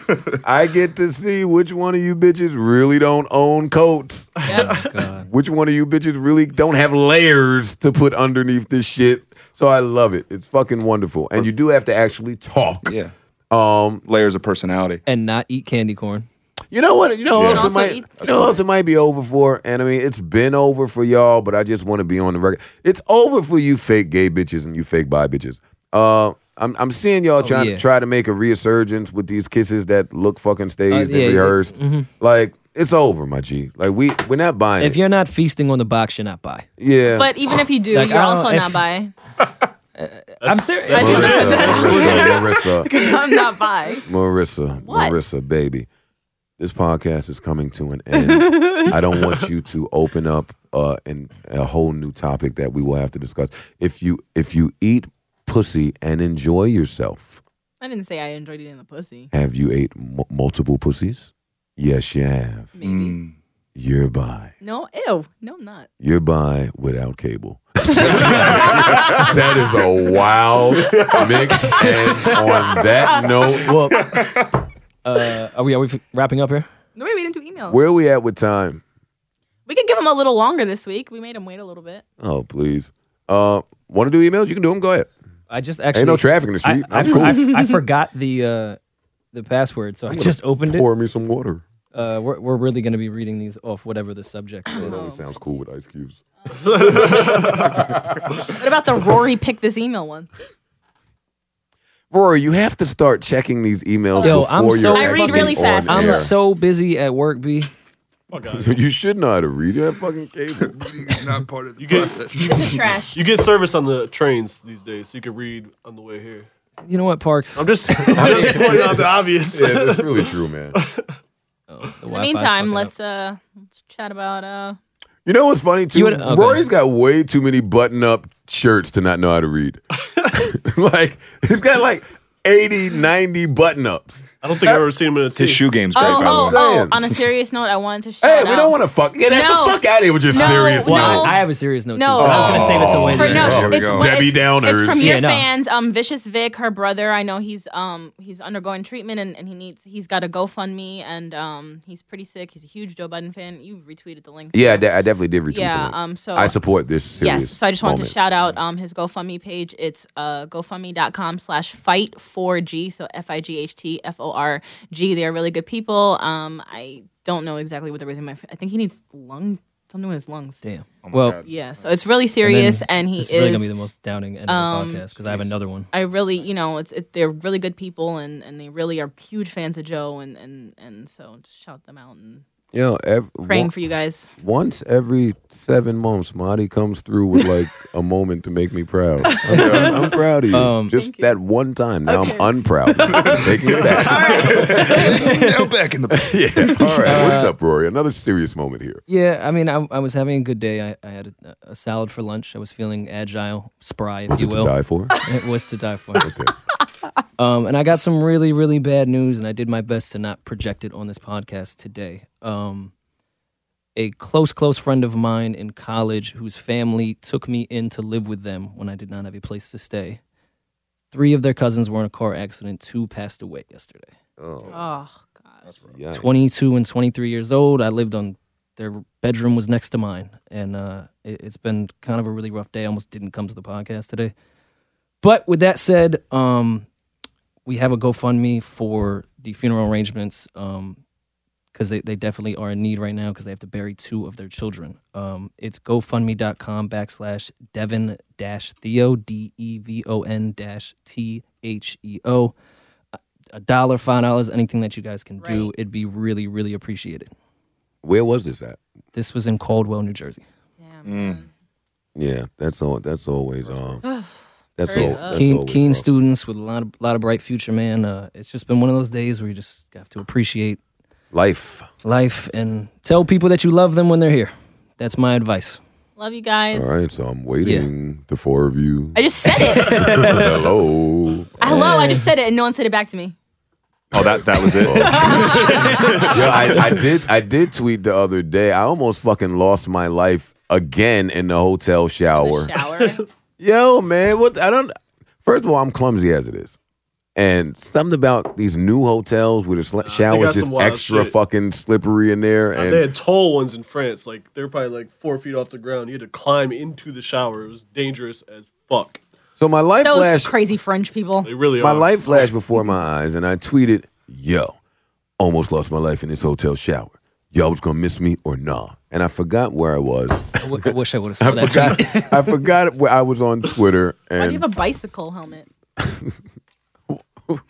fall, I get to see which one of you bitches really don't own coats. Oh, God. Which one of you bitches really don't have layers to put underneath this shit. So I love it. It's fucking wonderful. And you do have to actually talk. Yeah. Um, Layers of personality. And not eat candy corn. you know what? You know Yeah. what else it can You also might eat- you know what else it might be over for? And I mean it's been over for y'all, but I just want to be on the record. It's over for you fake gay bitches and you fake bi bitches. Uh I'm I'm seeing y'all trying yeah. to try to make a resurgence with these kisses that look fucking staged yeah, yeah. and rehearsed. Like it's over, my G. Like we we're not buying If it. you're not feasting on the box, you're not by. Yeah. but even if you do, Like, you're I don't- also not if- bi. I'm serious. Marissa, Marissa, I do. Marissa, I'm not bi. Marissa, What? Marissa, baby. This podcast is coming to an end. I don't want you to open up uh, an, a whole new topic that we will have to discuss. If you if you eat pussy and enjoy yourself, I didn't say I enjoyed eating the pussy. have you ate m- multiple pussies? Yes, you have. Maybe. Hmm. Mm. You're by. No, ew. No, I'm not. You're by without cable. that is a wild mix. And on that note, Well, uh, are we are we f- wrapping up here? No, wait, we didn't do emails. Where are we at with time? we could give them a little longer this week. We made them wait a little bit. Oh, please. Uh, want to do emails? You can do them. Go ahead. I just actually Ain't no traffic in the I, street. I, I'm cool. I, I forgot the uh, the password, so I just opened it. Pour me some water. Uh, we're, we're really gonna be reading these off whatever the subject is. It sounds cool with ice cubes. What about the Rory pick this email one? Rory, you have to start checking these emails Yo, before I'm you're so- I read actually really on fast. air. I'm so busy at work, B. you should know how to read. You have fucking cable. not part of the You get This is trash. you get service on the trains these days, so you can read on the way here. You know what, Parks? I'm just, I'm just pointing out the obvious. yeah, that's really true, man. the In the meantime, let's uh let's chat about uh You know what's funny too? You would- okay. Rory's got way too many button-up shirts to not know how to read. like he's got like 80, 90 button-ups. I don't think I've ever seen him in a His tissue. shoe game's great. Oh, by the oh, way. saying. oh, on a serious note, I wanted to shout Hey, out. we don't want to fuck. Yeah, that's No. the fuck out of here with your No, serious no. notes. Well, I have a serious note No. too. but I was gonna save it Oh, to For, Wednesday. no, There we it's, go. what- Debbie it's, Downers. It's from your Yeah, no. fans. Um, Vicious Vic, her brother. I know he's um he's undergoing treatment and, and he needs he's got a GoFundMe and um he's pretty sick. He's a huge Joe Budden fan. You retweeted the link. Yeah, I, de- I definitely did retweet. Yeah, the link. um, so- I support this serious. Yes, so I just wanted moment. to shout out um, his GoFundMe page. It's uh, gofundme.com slash fight4g, so F I G H T F O R G. They are really good people. Um, I don't know exactly what they're with him. I think he needs lung, something with his lungs. Damn. Oh well, Yeah, so it's really serious, and, he this is. um, is really gonna be the most downing end of the podcast because I have another one. I really, you know, it's it, they're really good people, and, and they really are huge fans of Joe, and and and so just shout them out and You know, ev- praying on- for you guys. once every seven months, Marty comes through with like a moment to make me proud. I'm, I'm proud of you. Um, Just that one time. Now I'm unproud. Take me back. oh. Now back in the yeah. All right. Uh, What's up, Rory? Another serious moment here. Yeah, I mean, I, I was having a good day. I, I had a, a salad for lunch. I was feeling agile, spry, if you To will. die for. It was to die for. okay. Um, and I got some really, really bad news, and I did my best to not project it on this podcast today. Um, a close, close friend of mine in college, whose family took me in to live with them when I did not have a place to stay, Three of their cousins were in a car accident. Two passed away yesterday. Oh god. Yeah. 22 and 23 years old. I lived on their bedroom was next to mine, and uh, it, it's been kind of a really rough day. I almost didn't come to the podcast today. But with that said, um, we have a GoFundMe for the funeral arrangements because they, they definitely are in need right now because they have to bury two of their children. Um, it's GoFundMe.com backslash Devin dash Theo D E V O N dash T H E O a dollar, five dollars, anything that you guys can do, it'd be really, really appreciated. Where was this at? This was in Caldwell, New Jersey. Damn. Yeah, that's all. That's always um. that's Hurry all. up. Uh, That's Keen, always keen rough. students with a lot of lot of bright future, man. Uh, it's just been one of those days where you just have to appreciate Life. life and tell people that you love them when they're here. That's my advice. Love you guys. All right, so I'm waiting. The four of you. I just said it. Hello. Hello, I just said it and no one said it back to me. Oh, that that was it. Yo, I, I did. I did tweet the other day. I almost fucking lost my life again in the hotel shower. The shower. Yo, man, what? I don't. First of all, I'm clumsy as it is, and something about these new hotels where the sl- got showers some just wild extra shit. fucking slippery in there, and they had tall ones in France. Like they're probably like four feet off the ground. You had to climb into the shower. It was dangerous as fuck. so my life Those flashed. crazy French people. They really my are. life flashed before my eyes, and I tweeted, "Yo, almost lost my life in this hotel shower. Y'all was gonna miss me or nah?" And I forgot where I was. I, w- I wish I would have I said that. to you. forgot. I forgot where I was on Twitter, Why do you and have a bicycle helmet?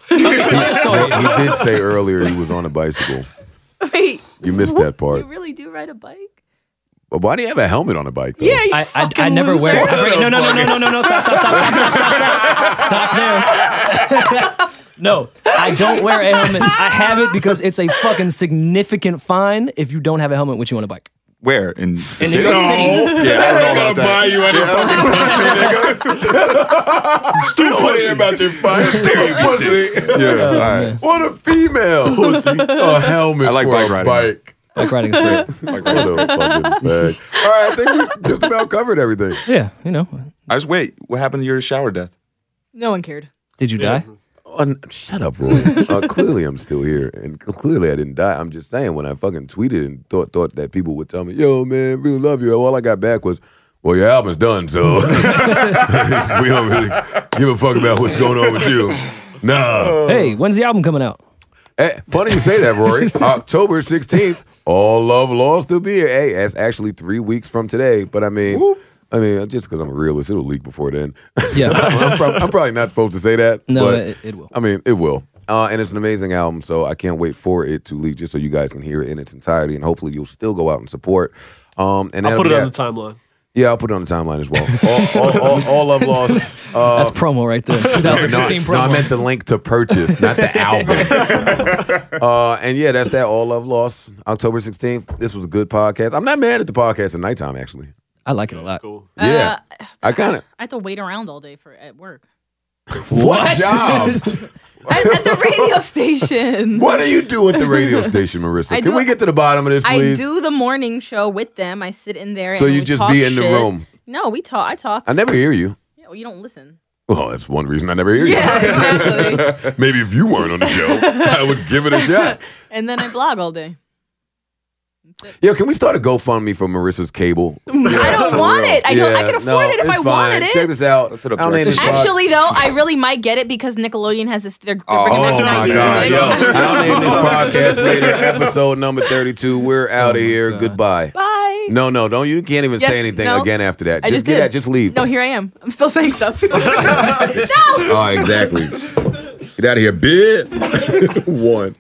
he did say earlier he was on a bicycle. Wait, You missed that part. you really do ride a bike? But why do you have a helmet on a bike? Though? Yeah, you I, I, fucking I never wear. loser. I bring, no, no, no, no, no, no, no! Stop, stop, stop, stop, stop, stop, stop! Stop there. no, I don't wear a helmet. I have it because it's a fucking significant fine if you don't have a helmet with you on a bike. Where in, in New York City. Yeah, I don't know gonna about that. buy you any fucking pussy, nigga. Don't worry about your fire. pussy. Yeah, all right. What a female. A helmet I like for bike a riding. bike. Bike riding is great. Like, what a fucking fag. All right, I think we just about covered everything. Yeah, you know. I was wait. What happened to your shower death? No one cared. Did you die? Oh, n- shut up, Roy. Uh, clearly, I'm still here, and c- clearly, I didn't die. I'm just saying, when I fucking tweeted and thought thought that people would tell me, "Yo, man, really love you," all I got back was, "Well, your album's done, so we don't really give a fuck about what's going on with you." Nah. Hey, when's the album coming out? Hey, funny you say that, Rory. October 16th, All Love Lost to Beer. Hey, that's actually three weeks from today, but I mean. I mean, just because I'm a realist, it'll leak before then. Yeah. I'm, prob- I'm probably not supposed to say that. No, but it, it will. I mean, it will. Uh, and it's an amazing album, so I can't wait for it to leak, just so you guys can hear it in its entirety, and hopefully you'll still go out and support. Um, and I'll that'll put it be on at- the timeline. yeah, I'll put it on the timeline as well. All, all, all, all Love Lost. Uh, That's promo right there. 2015 no, promo. no, I meant the link to purchase, not the album. uh, and yeah, that's that. All Love Lost, October 16th. This was a good podcast. I'm not mad at the podcast at nighttime, actually. I like it a lot. Cool. Yeah. Uh, I kind of. I have to wait around all day for at work. What job? at, at the radio station. What do you do at the radio station, Marissa? I Can do- we get to the bottom of this, I please? do the morning show with them. I sit in there. So and you we just talk be in the shit. room? No, we talk. I talk. I never hear you. yeah, well, you don't listen. Well, that's one reason I never hear you. Yeah, exactly. Maybe if you weren't on the show, I would give it a shot. and then I blog all day. Yo, can we start a GoFundMe for Marissa's cable? I don't want it. I don't. I can afford no, it if it's I fine. wanted Check it. this out. Let's hit up I don't need a breakfast. spot. Actually, though, I really might get it because Nickelodeon has this. They're, they're Oh, bringing back Oh my the 90s. God, and yo! they're like, I'll name this podcast later. Episode number thirty-two. We're Oh, out of here. Goodbye. Bye. No, no, don't. You can't even Yes, say anything no. again after that. I just just get did. that. Just leave. No, here I am. I'm still saying stuff. oh, exactly. Get out of here, bitch. One.